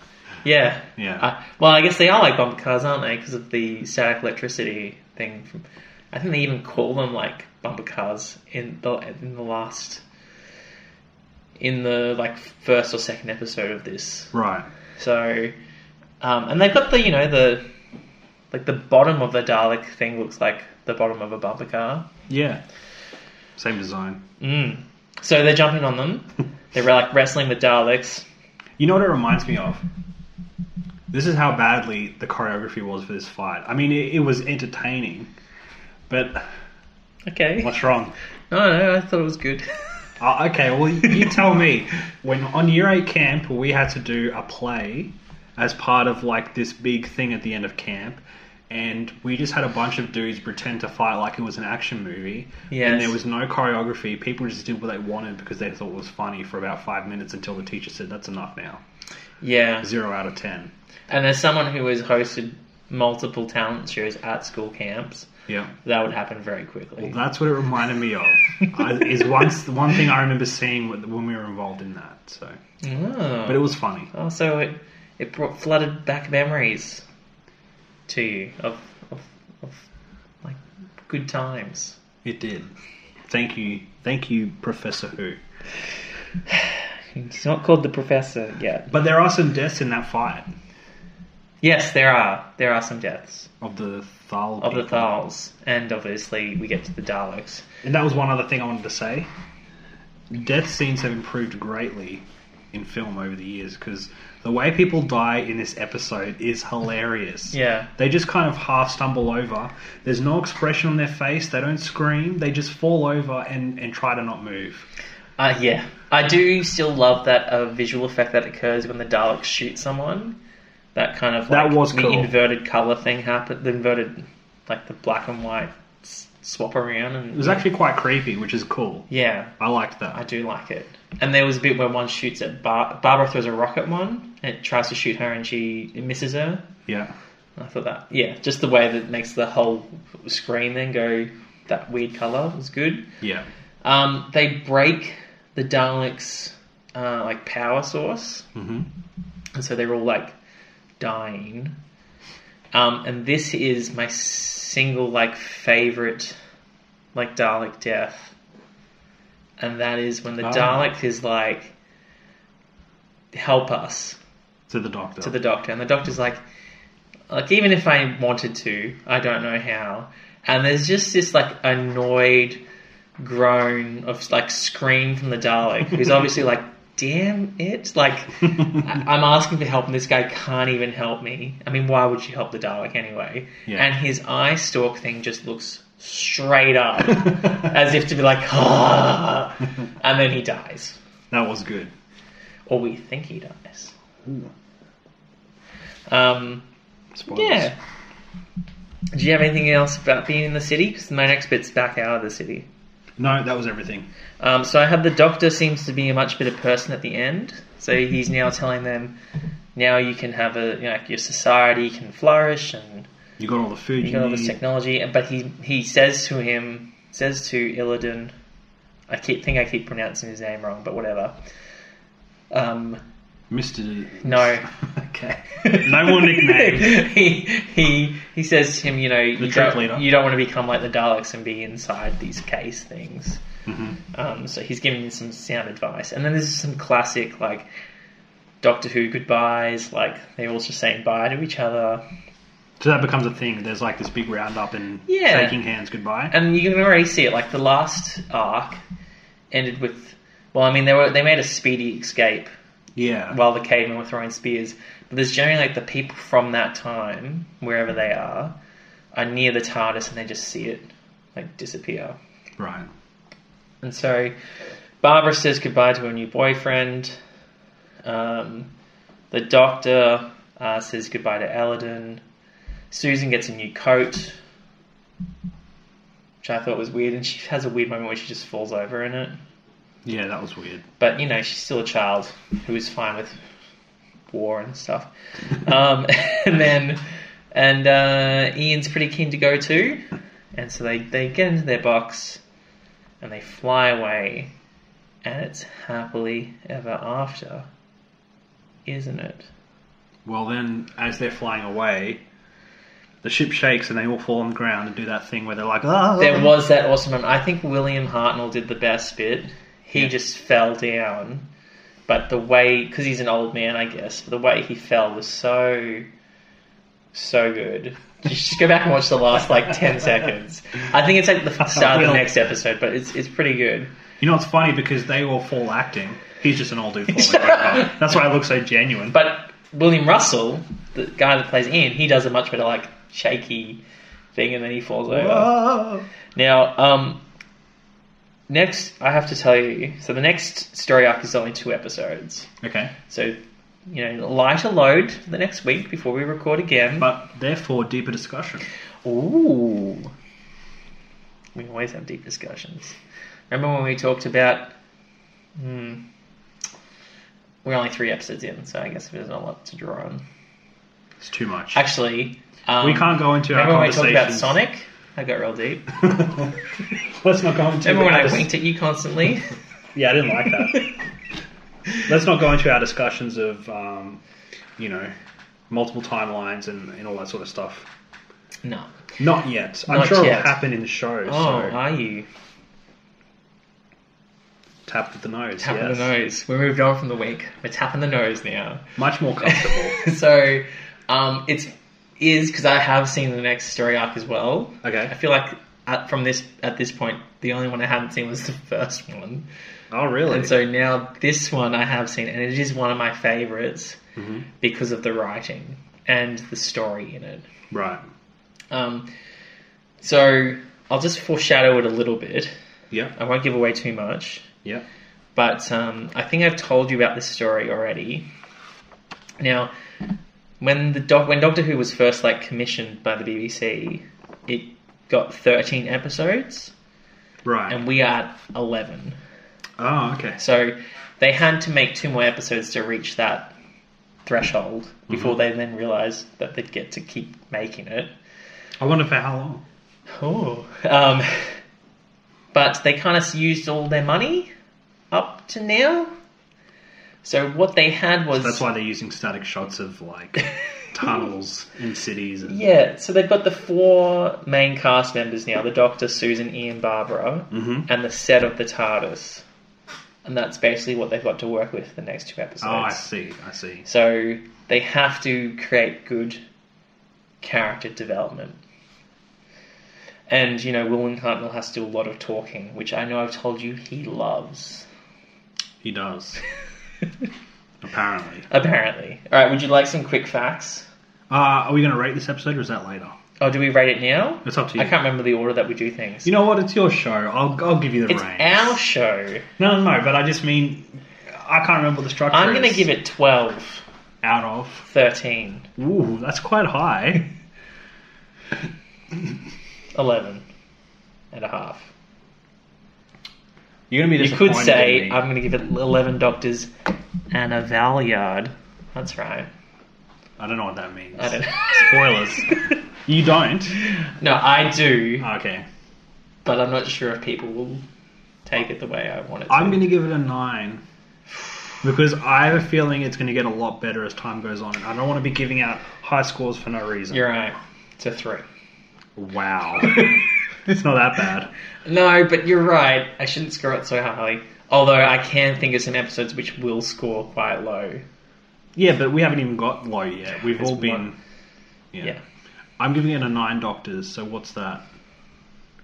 [SPEAKER 5] yeah,
[SPEAKER 6] Yeah.
[SPEAKER 5] Uh, well, I guess they are like bumper cars, aren't they? Because of the static electricity thing. From, I think they even call them like bumper cars in the in the last. In the like first or second episode of this,
[SPEAKER 6] Right.
[SPEAKER 5] So, um, and they've got the you know the like the bottom of the Dalek thing looks like the bottom of a bumper car.
[SPEAKER 6] Yeah. Same design.
[SPEAKER 5] Mm. So they're jumping on them. They're like wrestling with Daleks.
[SPEAKER 6] You know what it reminds me of? This is how badly the choreography was for this fight. I mean, it, it was entertaining, but
[SPEAKER 5] Okay.
[SPEAKER 6] what's wrong?
[SPEAKER 5] No, no, I thought it was good. [LAUGHS]
[SPEAKER 6] Uh, okay, well, you tell me. When on year eight camp, we had to do a play as part of like this big thing at the end of camp, and we just had a bunch of dudes pretend to fight like it was an action movie.
[SPEAKER 5] Yes.
[SPEAKER 6] And there was no choreography. People just did what they wanted because they thought it was funny for about five minutes until the teacher said, "That's enough now."
[SPEAKER 5] yeah.
[SPEAKER 6] Zero out of ten.
[SPEAKER 5] And as someone who has hosted multiple talent shows at school camps,
[SPEAKER 6] Yeah.
[SPEAKER 5] that would happen very quickly.
[SPEAKER 6] That's what it reminded me of. I, is once one thing I remember seeing when when we were involved in that. So,
[SPEAKER 5] Oh.
[SPEAKER 6] but it was funny.
[SPEAKER 5] Oh, so it it brought flooded back memories to you of of, of like good times.
[SPEAKER 6] It did. Thank you, thank you, Professor Who.
[SPEAKER 5] He's not called the professor yet.
[SPEAKER 6] But there are some deaths in that fight
[SPEAKER 5] Yes, there are there are some deaths
[SPEAKER 6] of the Thal.
[SPEAKER 5] of the
[SPEAKER 6] people.
[SPEAKER 5] Thals, and obviously we get to the Daleks.
[SPEAKER 6] And that was one other thing I wanted to say. Death scenes have improved greatly in film over the years because the way people die in this episode is hilarious.
[SPEAKER 5] Yeah,
[SPEAKER 6] They just kind of half stumble over. There's no expression on their face. They don't scream. They just fall over and, and try to not move.
[SPEAKER 5] uh, yeah. I do still love that uh, visual effect that occurs when the Daleks shoot someone. That kind of
[SPEAKER 6] That
[SPEAKER 5] like,
[SPEAKER 6] was
[SPEAKER 5] the
[SPEAKER 6] cool.
[SPEAKER 5] inverted color thing happened. The inverted like the black and white s- swap around and
[SPEAKER 6] It was actually quite creepy, which is cool.
[SPEAKER 5] yeah.
[SPEAKER 6] I liked
[SPEAKER 5] I
[SPEAKER 6] that.
[SPEAKER 5] do like it. And there was a bit where one shoots at Bar- Barbara throws a rock at one and it tries to shoot her and she it misses her.
[SPEAKER 6] Yeah.
[SPEAKER 5] I thought that yeah, just the way that makes the whole screen then go that weird color was good.
[SPEAKER 6] Yeah.
[SPEAKER 5] Um, they break the Daleks uh, like power source,
[SPEAKER 6] Mhm.
[SPEAKER 5] and so they're all like dying. Um, and this is my single like favorite like Dalek death, and that is when the
[SPEAKER 6] Ah.
[SPEAKER 5] Dalek is like help us
[SPEAKER 6] to the doctor.
[SPEAKER 5] to the doctor, and the doctor's like, like even if I wanted to, I don't know how. And there's just this like annoyed groan of like scream from the Dalek, who's obviously like, "Damn it!" Like I- I'm asking for help, and this guy can't even help me. I mean, why would you help the Dalek anyway?
[SPEAKER 6] Yeah.
[SPEAKER 5] And his eye stalk thing just looks straight up
[SPEAKER 6] [LAUGHS]
[SPEAKER 5] as if to be like, [LAUGHS] ah, and then he dies,
[SPEAKER 6] that was good.
[SPEAKER 5] or we think he dies. Um.
[SPEAKER 6] Spoilers.
[SPEAKER 5] Yeah. Do you have anything else about being in the city? Because my next bit's back out of the city.
[SPEAKER 6] No, that was everything.
[SPEAKER 5] Um, so I had the doctor seems to be a much better person at the end. So he's now telling them, now you can have a you know, your society can flourish and
[SPEAKER 6] You got all the food you,
[SPEAKER 5] you got all this
[SPEAKER 6] need.
[SPEAKER 5] technology. And- But he he says to him says to Illidan, I keep think I keep pronouncing his name wrong, but whatever. Um,
[SPEAKER 6] Mr.
[SPEAKER 5] no.
[SPEAKER 6] [LAUGHS] okay. [LAUGHS] No more
[SPEAKER 5] [LAUGHS]
[SPEAKER 6] nicknames.
[SPEAKER 5] he, he he says to him, you know, you
[SPEAKER 6] troop
[SPEAKER 5] don't,
[SPEAKER 6] leader.
[SPEAKER 5] you don't want to become like the Daleks and be inside these case things.
[SPEAKER 6] Mm-hmm.
[SPEAKER 5] Um, so he's giving him some sound advice, and then there's some classic like Doctor Who goodbyes, like they're all just saying bye to each other,
[SPEAKER 6] [LAUGHS] So that becomes a thing. There's like this big roundup and
[SPEAKER 5] Yeah.
[SPEAKER 6] shaking hands goodbye.
[SPEAKER 5] and you can already see it. Like the last arc ended with, well, I mean, they were they made a speedy escape
[SPEAKER 6] yeah.
[SPEAKER 5] while the cavemen were throwing spears. But there's generally like the people from that time, wherever they are, are near the TARDIS and they just see it like disappear.
[SPEAKER 6] right.
[SPEAKER 5] And so Barbara says goodbye to her new boyfriend. Um, the doctor uh, says goodbye to Aladdin. Susan gets a new coat, which I thought was weird. And she has a weird moment where she just falls over in it.
[SPEAKER 6] Yeah, that was weird.
[SPEAKER 5] But you know, she's still a child who is fine with war and stuff. Um, [LAUGHS] and then, and uh, Ian's pretty keen to go too, and so they they get into their box, and they fly away, and it's happily ever after, isn't it?
[SPEAKER 6] Well, then, as they're flying away, the ship shakes and they all fall on the ground and do that thing where they're like, ah.
[SPEAKER 5] There was that awesome moment. I think William Hartnell did the best bit. He just fell down, but the way because he's an old man, I guess. The way he fell was so, so good. You should just go back and watch the last like
[SPEAKER 6] [LAUGHS]
[SPEAKER 5] ten seconds. I think it's like the start of the
[SPEAKER 6] Will.
[SPEAKER 5] next episode, but it's it's pretty good.
[SPEAKER 6] You know, it's funny because they all fall acting. He's just an old dude falling [LAUGHS] over. That's why I look so genuine.
[SPEAKER 5] But William Russell, the guy that plays Ian, he does a much better like shaky thing, and then he falls over.
[SPEAKER 6] Whoa.
[SPEAKER 5] Now, um, next I have to tell you. So the next story arc is only two episodes.
[SPEAKER 6] Okay.
[SPEAKER 5] So, you know, lighter load for the next week before we record again.
[SPEAKER 6] But therefore, deeper discussion.
[SPEAKER 5] ooh, we always have deep discussions. Remember when we talked about? Hmm, we're only three episodes in, so I guess there's not a lot to draw on.
[SPEAKER 6] It's too much.
[SPEAKER 5] Actually, um,
[SPEAKER 6] we can't go into our
[SPEAKER 5] Remember when we talked
[SPEAKER 6] conversations.
[SPEAKER 5] about Sonic? I got real
[SPEAKER 6] [LAUGHS]
[SPEAKER 5] deep.
[SPEAKER 6] Let's not go into.
[SPEAKER 5] Remember when
[SPEAKER 6] our
[SPEAKER 5] I
[SPEAKER 6] dis-
[SPEAKER 5] winked at you constantly?
[SPEAKER 6] [LAUGHS] Yeah, I didn't like that. Let's not go into our discussions of, um, you know, multiple timelines and, and all that sort of stuff.
[SPEAKER 5] [LAUGHS] no.
[SPEAKER 6] Not yet. I'm
[SPEAKER 5] Not
[SPEAKER 6] sure
[SPEAKER 5] yet.
[SPEAKER 6] it'll happen in the show.
[SPEAKER 5] Oh,
[SPEAKER 6] so
[SPEAKER 5] are you?
[SPEAKER 6] tap with the nose.
[SPEAKER 5] Tapping
[SPEAKER 6] yes.
[SPEAKER 5] the nose. We moved on from the wink. We're tapping the nose now.
[SPEAKER 6] Much
[SPEAKER 5] [LAUGHS]
[SPEAKER 6] more comfortable.
[SPEAKER 5] so, um, it's is because I have seen the next story arc as well. I
[SPEAKER 6] okay.
[SPEAKER 5] feel like at, from this at this point, the only one I haven't seen was the [LAUGHS] first one,
[SPEAKER 6] Oh, really?
[SPEAKER 5] and so now this one I have seen, and it is one of my favorites
[SPEAKER 6] Mm-hmm.
[SPEAKER 5] because of the writing and the story in it.
[SPEAKER 6] right.
[SPEAKER 5] Um, so I'll just foreshadow it a little bit.
[SPEAKER 6] Yep.
[SPEAKER 5] I won't give away too much.
[SPEAKER 6] Yep.
[SPEAKER 5] but um, I think I've told you about this story already. Now, when the doc- when Doctor Who was first like commissioned by the BBC, it got thirteen episodes,
[SPEAKER 6] Right.
[SPEAKER 5] and we are at eleven.
[SPEAKER 6] oh, okay.
[SPEAKER 5] So they had to make two more episodes to reach that threshold before
[SPEAKER 6] Mm-hmm.
[SPEAKER 5] they then realised that they'd get to keep making it.
[SPEAKER 6] I wonder for how long.
[SPEAKER 5] Oh. Um, but they kind of used all their money up to now. So what they had was
[SPEAKER 6] That's why they're using static shots
[SPEAKER 5] [LAUGHS]
[SPEAKER 6] of like tunnels in cities. And,
[SPEAKER 5] yeah. So they've got the four main cast
[SPEAKER 6] Mm-hmm.
[SPEAKER 5] members now: the Doctor, Susan, Ian, Barbara, and the set of the TARDIS and that's basically what they've got to work with the next two episodes.
[SPEAKER 6] Oh, I see. I see.
[SPEAKER 5] So they have to create good character development. And, you know, William Hartnell has to do a lot of talking, which I know I've told you he loves,
[SPEAKER 6] He [LAUGHS] does. Apparently.
[SPEAKER 5] apparently. All right, would you like some quick facts?
[SPEAKER 6] Uh, are we going to rate this episode or is that later?
[SPEAKER 5] Oh, do we rate it now?
[SPEAKER 6] It's up to you.
[SPEAKER 5] I can't remember the order that we do things.
[SPEAKER 6] You know what? It's your show. I'll, I'll give you the
[SPEAKER 5] it's
[SPEAKER 6] reins.
[SPEAKER 5] our show.
[SPEAKER 6] No, no, no. But I just mean, I can't remember the structure.
[SPEAKER 5] I'm going
[SPEAKER 6] is.
[SPEAKER 5] to give it 12,
[SPEAKER 6] out of.
[SPEAKER 5] 13,
[SPEAKER 6] Ooh, that's quite
[SPEAKER 5] [LAUGHS]
[SPEAKER 6] high.
[SPEAKER 5] 11 and a half.
[SPEAKER 6] You're gonna be
[SPEAKER 5] You
[SPEAKER 6] disappointed.
[SPEAKER 5] could say
[SPEAKER 6] in me.
[SPEAKER 5] I'm going to give it 11 doctors and a Valyard. That's right.
[SPEAKER 6] I don't know what that means.
[SPEAKER 5] I don't
[SPEAKER 6] [LAUGHS]
[SPEAKER 5] know. [LAUGHS]
[SPEAKER 6] Spoilers. you don't.
[SPEAKER 5] No, I do,
[SPEAKER 6] Okay.
[SPEAKER 5] but I'm not sure if people will take it the way I want it. To.
[SPEAKER 6] I'm gonna give it a nine because I have a feeling it's gonna get a lot better as time goes on, and I don't want to be giving out high scores for no reason.
[SPEAKER 5] You're right. It's a three. [LAUGHS]
[SPEAKER 6] Wow. [LAUGHS] it's not that bad.
[SPEAKER 5] No, but you're right. I shouldn't score it so highly. Although I can think of some episodes which will score quite low.
[SPEAKER 6] Yeah, but we haven't even got low yet. We've all been. Yeah.
[SPEAKER 5] Yeah,
[SPEAKER 6] I'm giving it a nine doctors. So what's that?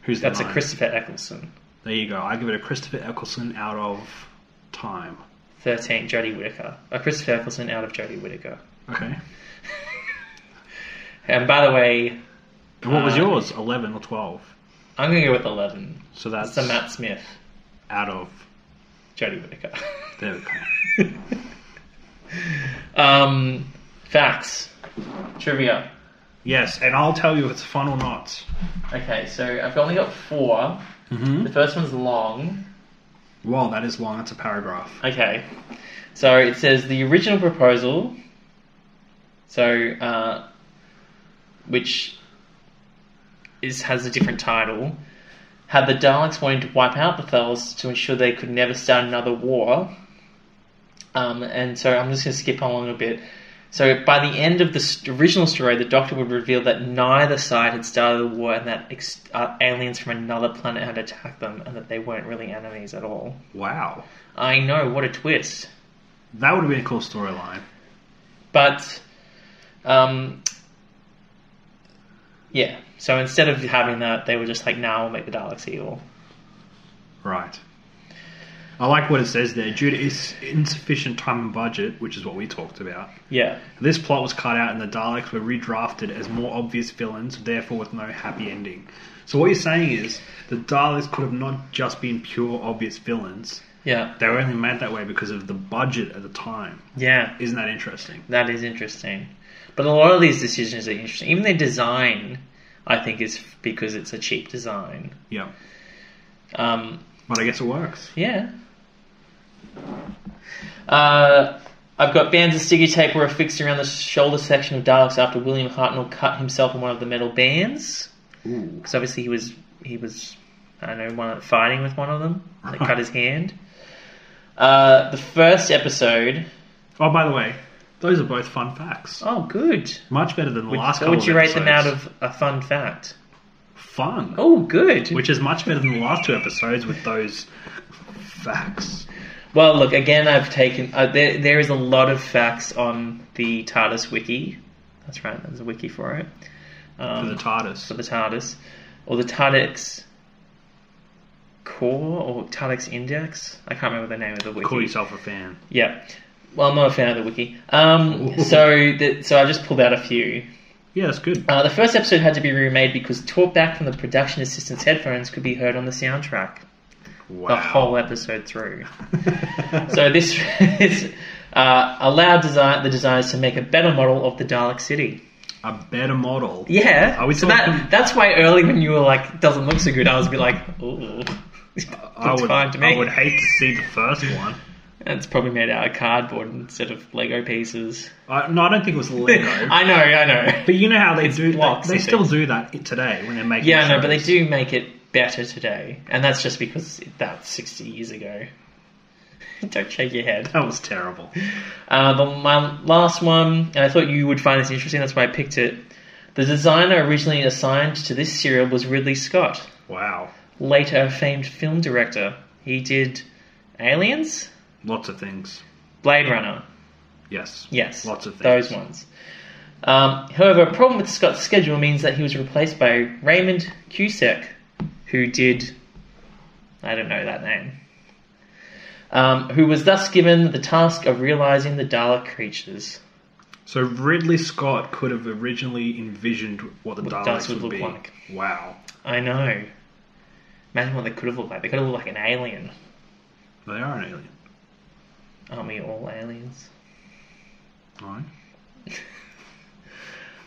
[SPEAKER 6] Who's the
[SPEAKER 5] that's a
[SPEAKER 6] nine?
[SPEAKER 5] Christopher Eccleston.
[SPEAKER 6] There you go. I give it a Christopher Eccleston out of time.
[SPEAKER 5] Thirteen, Jodie Whittaker. A Christopher Eccleston out of Jodie Whittaker.
[SPEAKER 6] Okay.
[SPEAKER 5] And by the way,
[SPEAKER 6] And what was
[SPEAKER 5] Uh,
[SPEAKER 6] yours? Eleven or twelve?
[SPEAKER 5] I'm gonna go with eleven.
[SPEAKER 6] So that's
[SPEAKER 5] That's the Matt Smith,
[SPEAKER 6] out of.
[SPEAKER 5] Jodie Whittaker. [LAUGHS]
[SPEAKER 6] There we go.
[SPEAKER 5] um, facts, trivia.
[SPEAKER 6] Yes, and I'll tell you if it's fun or not.
[SPEAKER 5] Okay, so I've only got four.
[SPEAKER 6] Mm-hmm.
[SPEAKER 5] The first one's long.
[SPEAKER 6] Wow, that is long. That's a paragraph.
[SPEAKER 5] Okay. So it says the original proposal, so uh, which is has a different title, had the Daleks wanting to wipe out the Thals to ensure they could never start another war. Um, and so I'm just going to skip along a bit. So by the end of the s original story, the Doctor would reveal that neither side had started the war and that ex- uh, aliens from another planet had attacked them and that they weren't really enemies at all.
[SPEAKER 6] Wow,
[SPEAKER 5] I know, what a twist.
[SPEAKER 6] that would have been a cool storyline.
[SPEAKER 5] But, um, yeah. So instead of having that, they were just like, "Now nah, we'll make the Daleks evil."
[SPEAKER 6] Right. I like what it says there. Due to its insufficient time and budget, which is what we talked about,
[SPEAKER 5] Yeah,
[SPEAKER 6] this plot was cut out and the Daleks were redrafted as more obvious villains, therefore with no happy ending. So what you're saying is the Daleks could have not just been pure obvious villains.
[SPEAKER 5] yeah,
[SPEAKER 6] They were only made that way because of the budget at the time.
[SPEAKER 5] yeah.
[SPEAKER 6] Isn't that interesting?
[SPEAKER 5] That is interesting. But a lot of these decisions are interesting. Even their design, I think, is f- because it's a cheap design.
[SPEAKER 6] Yeah.
[SPEAKER 5] Um,
[SPEAKER 6] But I guess it works.
[SPEAKER 5] yeah. Uh, I've got bands of sticky tape were affixed around the shoulder section of Daleks after William Hartnell cut himself in one of the metal bands.
[SPEAKER 6] Ooh.
[SPEAKER 5] because obviously he was he was I don't know one of- fighting with one of them. They
[SPEAKER 6] Right.
[SPEAKER 5] cut his hand. Uh, the first episode.
[SPEAKER 6] Oh, by the way, those are both fun facts.
[SPEAKER 5] Oh, good.
[SPEAKER 6] Much better than the
[SPEAKER 5] Would,
[SPEAKER 6] last
[SPEAKER 5] so
[SPEAKER 6] couple
[SPEAKER 5] would you
[SPEAKER 6] of
[SPEAKER 5] rate them out
[SPEAKER 6] episodes.
[SPEAKER 5] of a fun fact?
[SPEAKER 6] fun?
[SPEAKER 5] Oh, good.
[SPEAKER 6] Which is much better than the last two episodes with those facts.
[SPEAKER 5] well, look again. I've taken uh, there. There is a lot of facts on the TARDIS wiki. That's right. There's a wiki for it. Um,
[SPEAKER 6] For the TARDIS.
[SPEAKER 5] for the TARDIS, or the TARDIS core or TARDIS index. I can't remember the name of the wiki.
[SPEAKER 6] Call yourself a fan.
[SPEAKER 5] Yeah. Well, I'm not a fan of the wiki.
[SPEAKER 6] [LAUGHS]
[SPEAKER 5] Um, so, the, so I just pulled out a few.
[SPEAKER 6] Yeah, that's good.
[SPEAKER 5] Uh, the first episode had to be remade because talkback from the production assistant's headphones could be heard on the soundtrack
[SPEAKER 6] Wow.
[SPEAKER 5] the
[SPEAKER 6] [LAUGHS]
[SPEAKER 5] whole episode through. so this [LAUGHS] is, uh, allowed design, the designers to make a better model of the Dalek City.
[SPEAKER 6] a better model.
[SPEAKER 5] Yeah.
[SPEAKER 6] Are we
[SPEAKER 5] so
[SPEAKER 6] talking-
[SPEAKER 5] that, that's why early when you were like, doesn't look so good, I was a bit like, [LAUGHS] ooh.
[SPEAKER 6] I
[SPEAKER 5] That's
[SPEAKER 6] would,
[SPEAKER 5] fine to me.
[SPEAKER 6] I would hate to see the first one.
[SPEAKER 5] It's probably made out of cardboard instead of Lego pieces.
[SPEAKER 6] I, no, I don't think it was Lego.
[SPEAKER 5] [LAUGHS] I know, I know.
[SPEAKER 6] but you know how they do that.
[SPEAKER 5] blocks
[SPEAKER 6] They
[SPEAKER 5] and
[SPEAKER 6] still
[SPEAKER 5] things.
[SPEAKER 6] do that today when they're making
[SPEAKER 5] Yeah, no, but they
[SPEAKER 6] shows.
[SPEAKER 5] do make it better today, and that's just because that's 60 years ago. [LAUGHS] Don't shake your head.
[SPEAKER 6] That was terrible.
[SPEAKER 5] Uh, the, my last one, and I thought you would find this interesting, that's why I picked it. The designer originally assigned to this serial was Ridley Scott,
[SPEAKER 6] Wow.
[SPEAKER 5] later a famed film director. He did Aliens?
[SPEAKER 6] Lots of things.
[SPEAKER 5] Blade Runner.
[SPEAKER 6] Yes.
[SPEAKER 5] Yes.
[SPEAKER 6] Lots of things.
[SPEAKER 5] Those ones. Um, however, a problem with Scott's schedule means that he was replaced by Raymond Cusack, who did. I don't know that name. Um, who was thus given the task of realizing the Dalek creatures.
[SPEAKER 6] So Ridley Scott could have originally envisioned what the
[SPEAKER 5] What
[SPEAKER 6] Daleks
[SPEAKER 5] Daleks
[SPEAKER 6] would,
[SPEAKER 5] would look
[SPEAKER 6] be.
[SPEAKER 5] like.
[SPEAKER 6] Wow.
[SPEAKER 5] I know. Imagine what they could have looked like. They could have looked like an alien.
[SPEAKER 6] They are an alien.
[SPEAKER 5] Aren't we all aliens?
[SPEAKER 6] Right.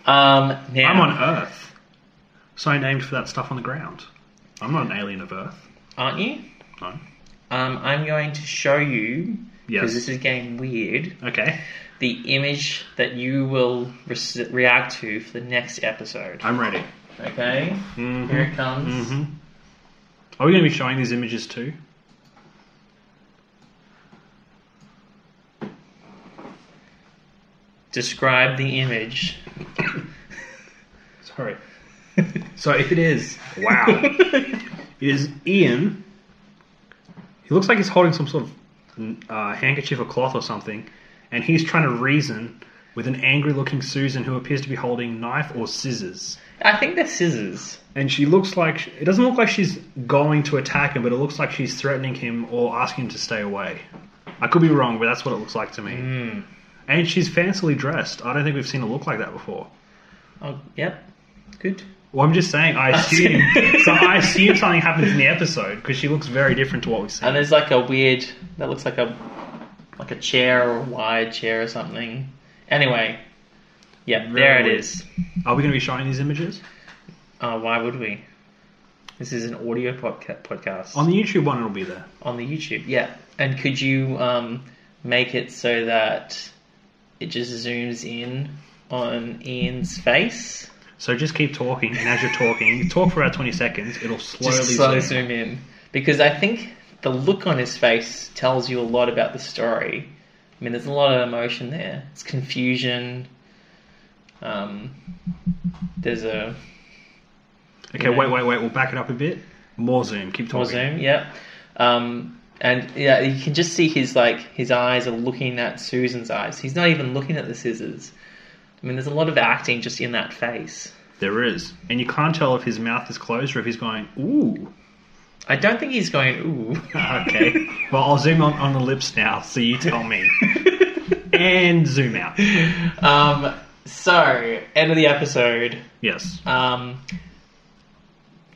[SPEAKER 5] Um, now,
[SPEAKER 6] I'm on Earth. So I named for that stuff on the ground. I'm not an alien of Earth.
[SPEAKER 5] Aren't you?
[SPEAKER 6] No.
[SPEAKER 5] Um, I'm going to show you, because
[SPEAKER 6] Yes.
[SPEAKER 5] this is getting weird,
[SPEAKER 6] Okay.
[SPEAKER 5] the image that you will re- react to for the next episode.
[SPEAKER 6] I'm ready. Mm-hmm.
[SPEAKER 5] Okay? Here it comes.
[SPEAKER 6] Are we going to be showing these images too?
[SPEAKER 5] Describe the image. [LAUGHS]
[SPEAKER 6] Sorry. so it is. Wow. [LAUGHS] it is Ian. He looks like he's holding some sort of uh, handkerchief or cloth or something, and he's trying to reason with an angry looking Susan who appears to be holding knife or scissors.
[SPEAKER 5] I think they're scissors.
[SPEAKER 6] And she looks like. It doesn't look like she's going to attack him, but it looks like she's threatening him or asking him to stay away. I could be wrong, but that's what it looks like to me. And she's fancily dressed. I don't think we've seen a look like that before.
[SPEAKER 5] Oh, yep. Good.
[SPEAKER 6] Well, I'm just saying. I assume. so I assume something happens in the episode because she looks very different to what we've
[SPEAKER 5] And
[SPEAKER 6] seen.
[SPEAKER 5] there's like a weird. That looks like a like a chair or a wide chair or something. Anyway, yeah, there it
[SPEAKER 6] weird.
[SPEAKER 5] is.
[SPEAKER 6] Are we going to be showing these images
[SPEAKER 5] Uh, why would we? This is an audio podca- podcast
[SPEAKER 6] on the YouTube one? It'll be there.
[SPEAKER 5] on the YouTube. Yeah, and could you um, make it so that it just zooms in on Ian's face?
[SPEAKER 6] So just keep talking, and as you're talking, you talk for about 20 seconds. It'll slowly,
[SPEAKER 5] Just slowly
[SPEAKER 6] zoom.
[SPEAKER 5] zoom in because I think the look on his face tells you a lot about the story. I mean, there's a lot of emotion there. It's confusion. Um, there's a
[SPEAKER 6] Okay, wait, wait, wait. We'll back it up a bit. More zoom. Keep talking.
[SPEAKER 5] Or Zoom, yeah. Um, and yeah, you can just see his like his eyes are looking at Susan's eyes. He's not even looking at the scissors. I mean, there's a lot of acting just in that face.
[SPEAKER 6] There is, and you can't tell if his mouth is closed or if he's going
[SPEAKER 5] [LAUGHS]
[SPEAKER 6] ooh.
[SPEAKER 5] I don't think he's going ooh. [LAUGHS]
[SPEAKER 6] Okay. well, I'll zoom on, on the lips now. So you tell me. and zoom out.
[SPEAKER 5] Um, so end of the episode.
[SPEAKER 6] Yes.
[SPEAKER 5] Um,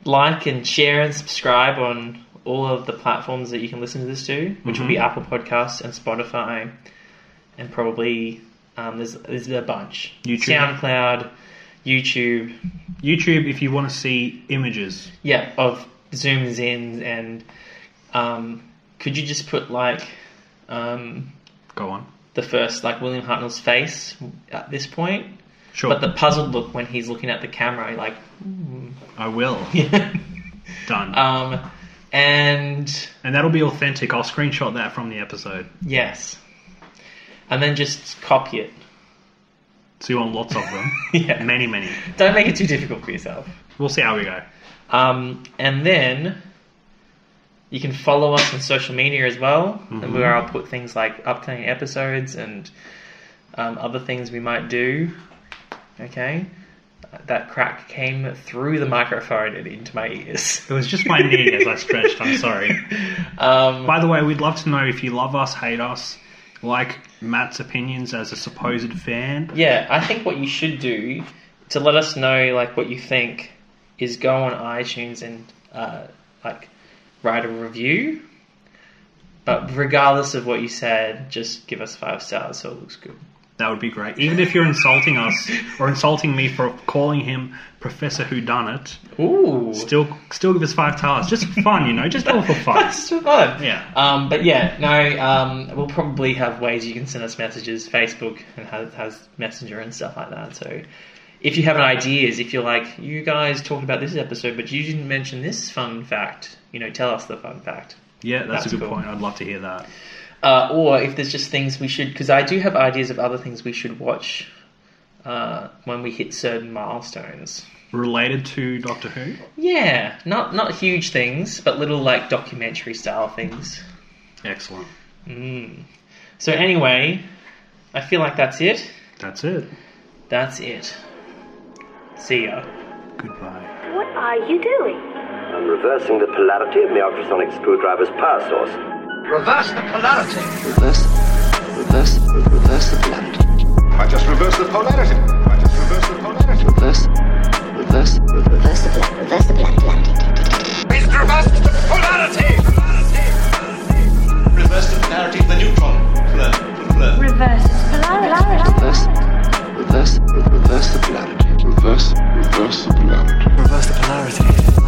[SPEAKER 5] like and share and subscribe on all of the platforms that you can listen to this to, which will be Apple Podcasts and Spotify, and probably um, there's there's a bunch.
[SPEAKER 6] YouTube.
[SPEAKER 5] SoundCloud, YouTube,
[SPEAKER 6] YouTube. If you want to see images,
[SPEAKER 5] yeah, of zooms in and um, could you just put like um,
[SPEAKER 6] go on.
[SPEAKER 5] the first like William Hartnell's face at this point,
[SPEAKER 6] Sure.
[SPEAKER 5] but the puzzled look when he's looking at the camera, like. [LAUGHS]
[SPEAKER 6] I will. Done.
[SPEAKER 5] um, and
[SPEAKER 6] and that'll be authentic. I'll screenshot that from the episode.
[SPEAKER 5] Yes. And then just copy it.
[SPEAKER 6] So you want lots of them.
[SPEAKER 5] [LAUGHS] Yeah.
[SPEAKER 6] Many, many.
[SPEAKER 5] Don't make it too difficult for yourself.
[SPEAKER 6] We'll see how we go.
[SPEAKER 5] Um, and then you can follow us on social media as well, and where I'll put things like upcoming episodes and um, other things we might do. Okay. That crack came through the microphone and into my ears.
[SPEAKER 6] It was just my knee as I stretched. I'm sorry.
[SPEAKER 5] [LAUGHS] Um,
[SPEAKER 6] By the way, we'd love to know if you love us, hate us, like Matt's opinions as a supposed fan.
[SPEAKER 5] Yeah, I think what you should do to let us know like what you think is go on iTunes and uh, like write a review. But regardless of what you said, just give us five stars so it looks good.
[SPEAKER 6] That would be great. Even if you're insulting us or insulting me for calling him Professor Who Done It,
[SPEAKER 5] Oow,
[SPEAKER 6] still, still give us five stars. Just for fun, you know. Just all
[SPEAKER 5] [LAUGHS]
[SPEAKER 6] for fun.
[SPEAKER 5] [LAUGHS] that's so fun.
[SPEAKER 6] Yeah.
[SPEAKER 5] Um, but yeah, no. Um, we'll probably have ways you can send us messages. Facebook and has, has Messenger and stuff like that. So. If you have ideas, if you're like, you guys talked about this episode, but you didn't mention this fun fact, you know, tell us the fun fact.
[SPEAKER 6] Yeah, that's,
[SPEAKER 5] That's
[SPEAKER 6] a good
[SPEAKER 5] cool.
[SPEAKER 6] point. I'd love to hear that.
[SPEAKER 5] uh, or if there's just things we should because I do have ideas of other things we should watch uh, when we hit certain milestones.
[SPEAKER 6] Related to Doctor Who.
[SPEAKER 5] Yeah, not not huge things, but little like documentary style things.
[SPEAKER 6] Excellent.
[SPEAKER 5] Mm. So anyway, I feel like that's it.
[SPEAKER 6] That's it.
[SPEAKER 5] That's it. See ya.
[SPEAKER 6] Goodbye.
[SPEAKER 7] What are you doing?
[SPEAKER 2] I'm reversing the polarity of my ultrasonic screwdriver's power source.
[SPEAKER 3] Reverse the polarity.
[SPEAKER 4] reverse, reverse, reverse the blend,
[SPEAKER 3] I just reverse the polarity. I just reverse the polarity.
[SPEAKER 4] reverse, reverse, reverse the blend, reverse the blend,
[SPEAKER 3] It's reversed the polarity.
[SPEAKER 8] Reverse the polarity of the neutron. Blur, blur.
[SPEAKER 7] Reverse polarity.
[SPEAKER 4] reverse, reverse, reverse the blend, reverse, reverse the blend, reverse the polarity,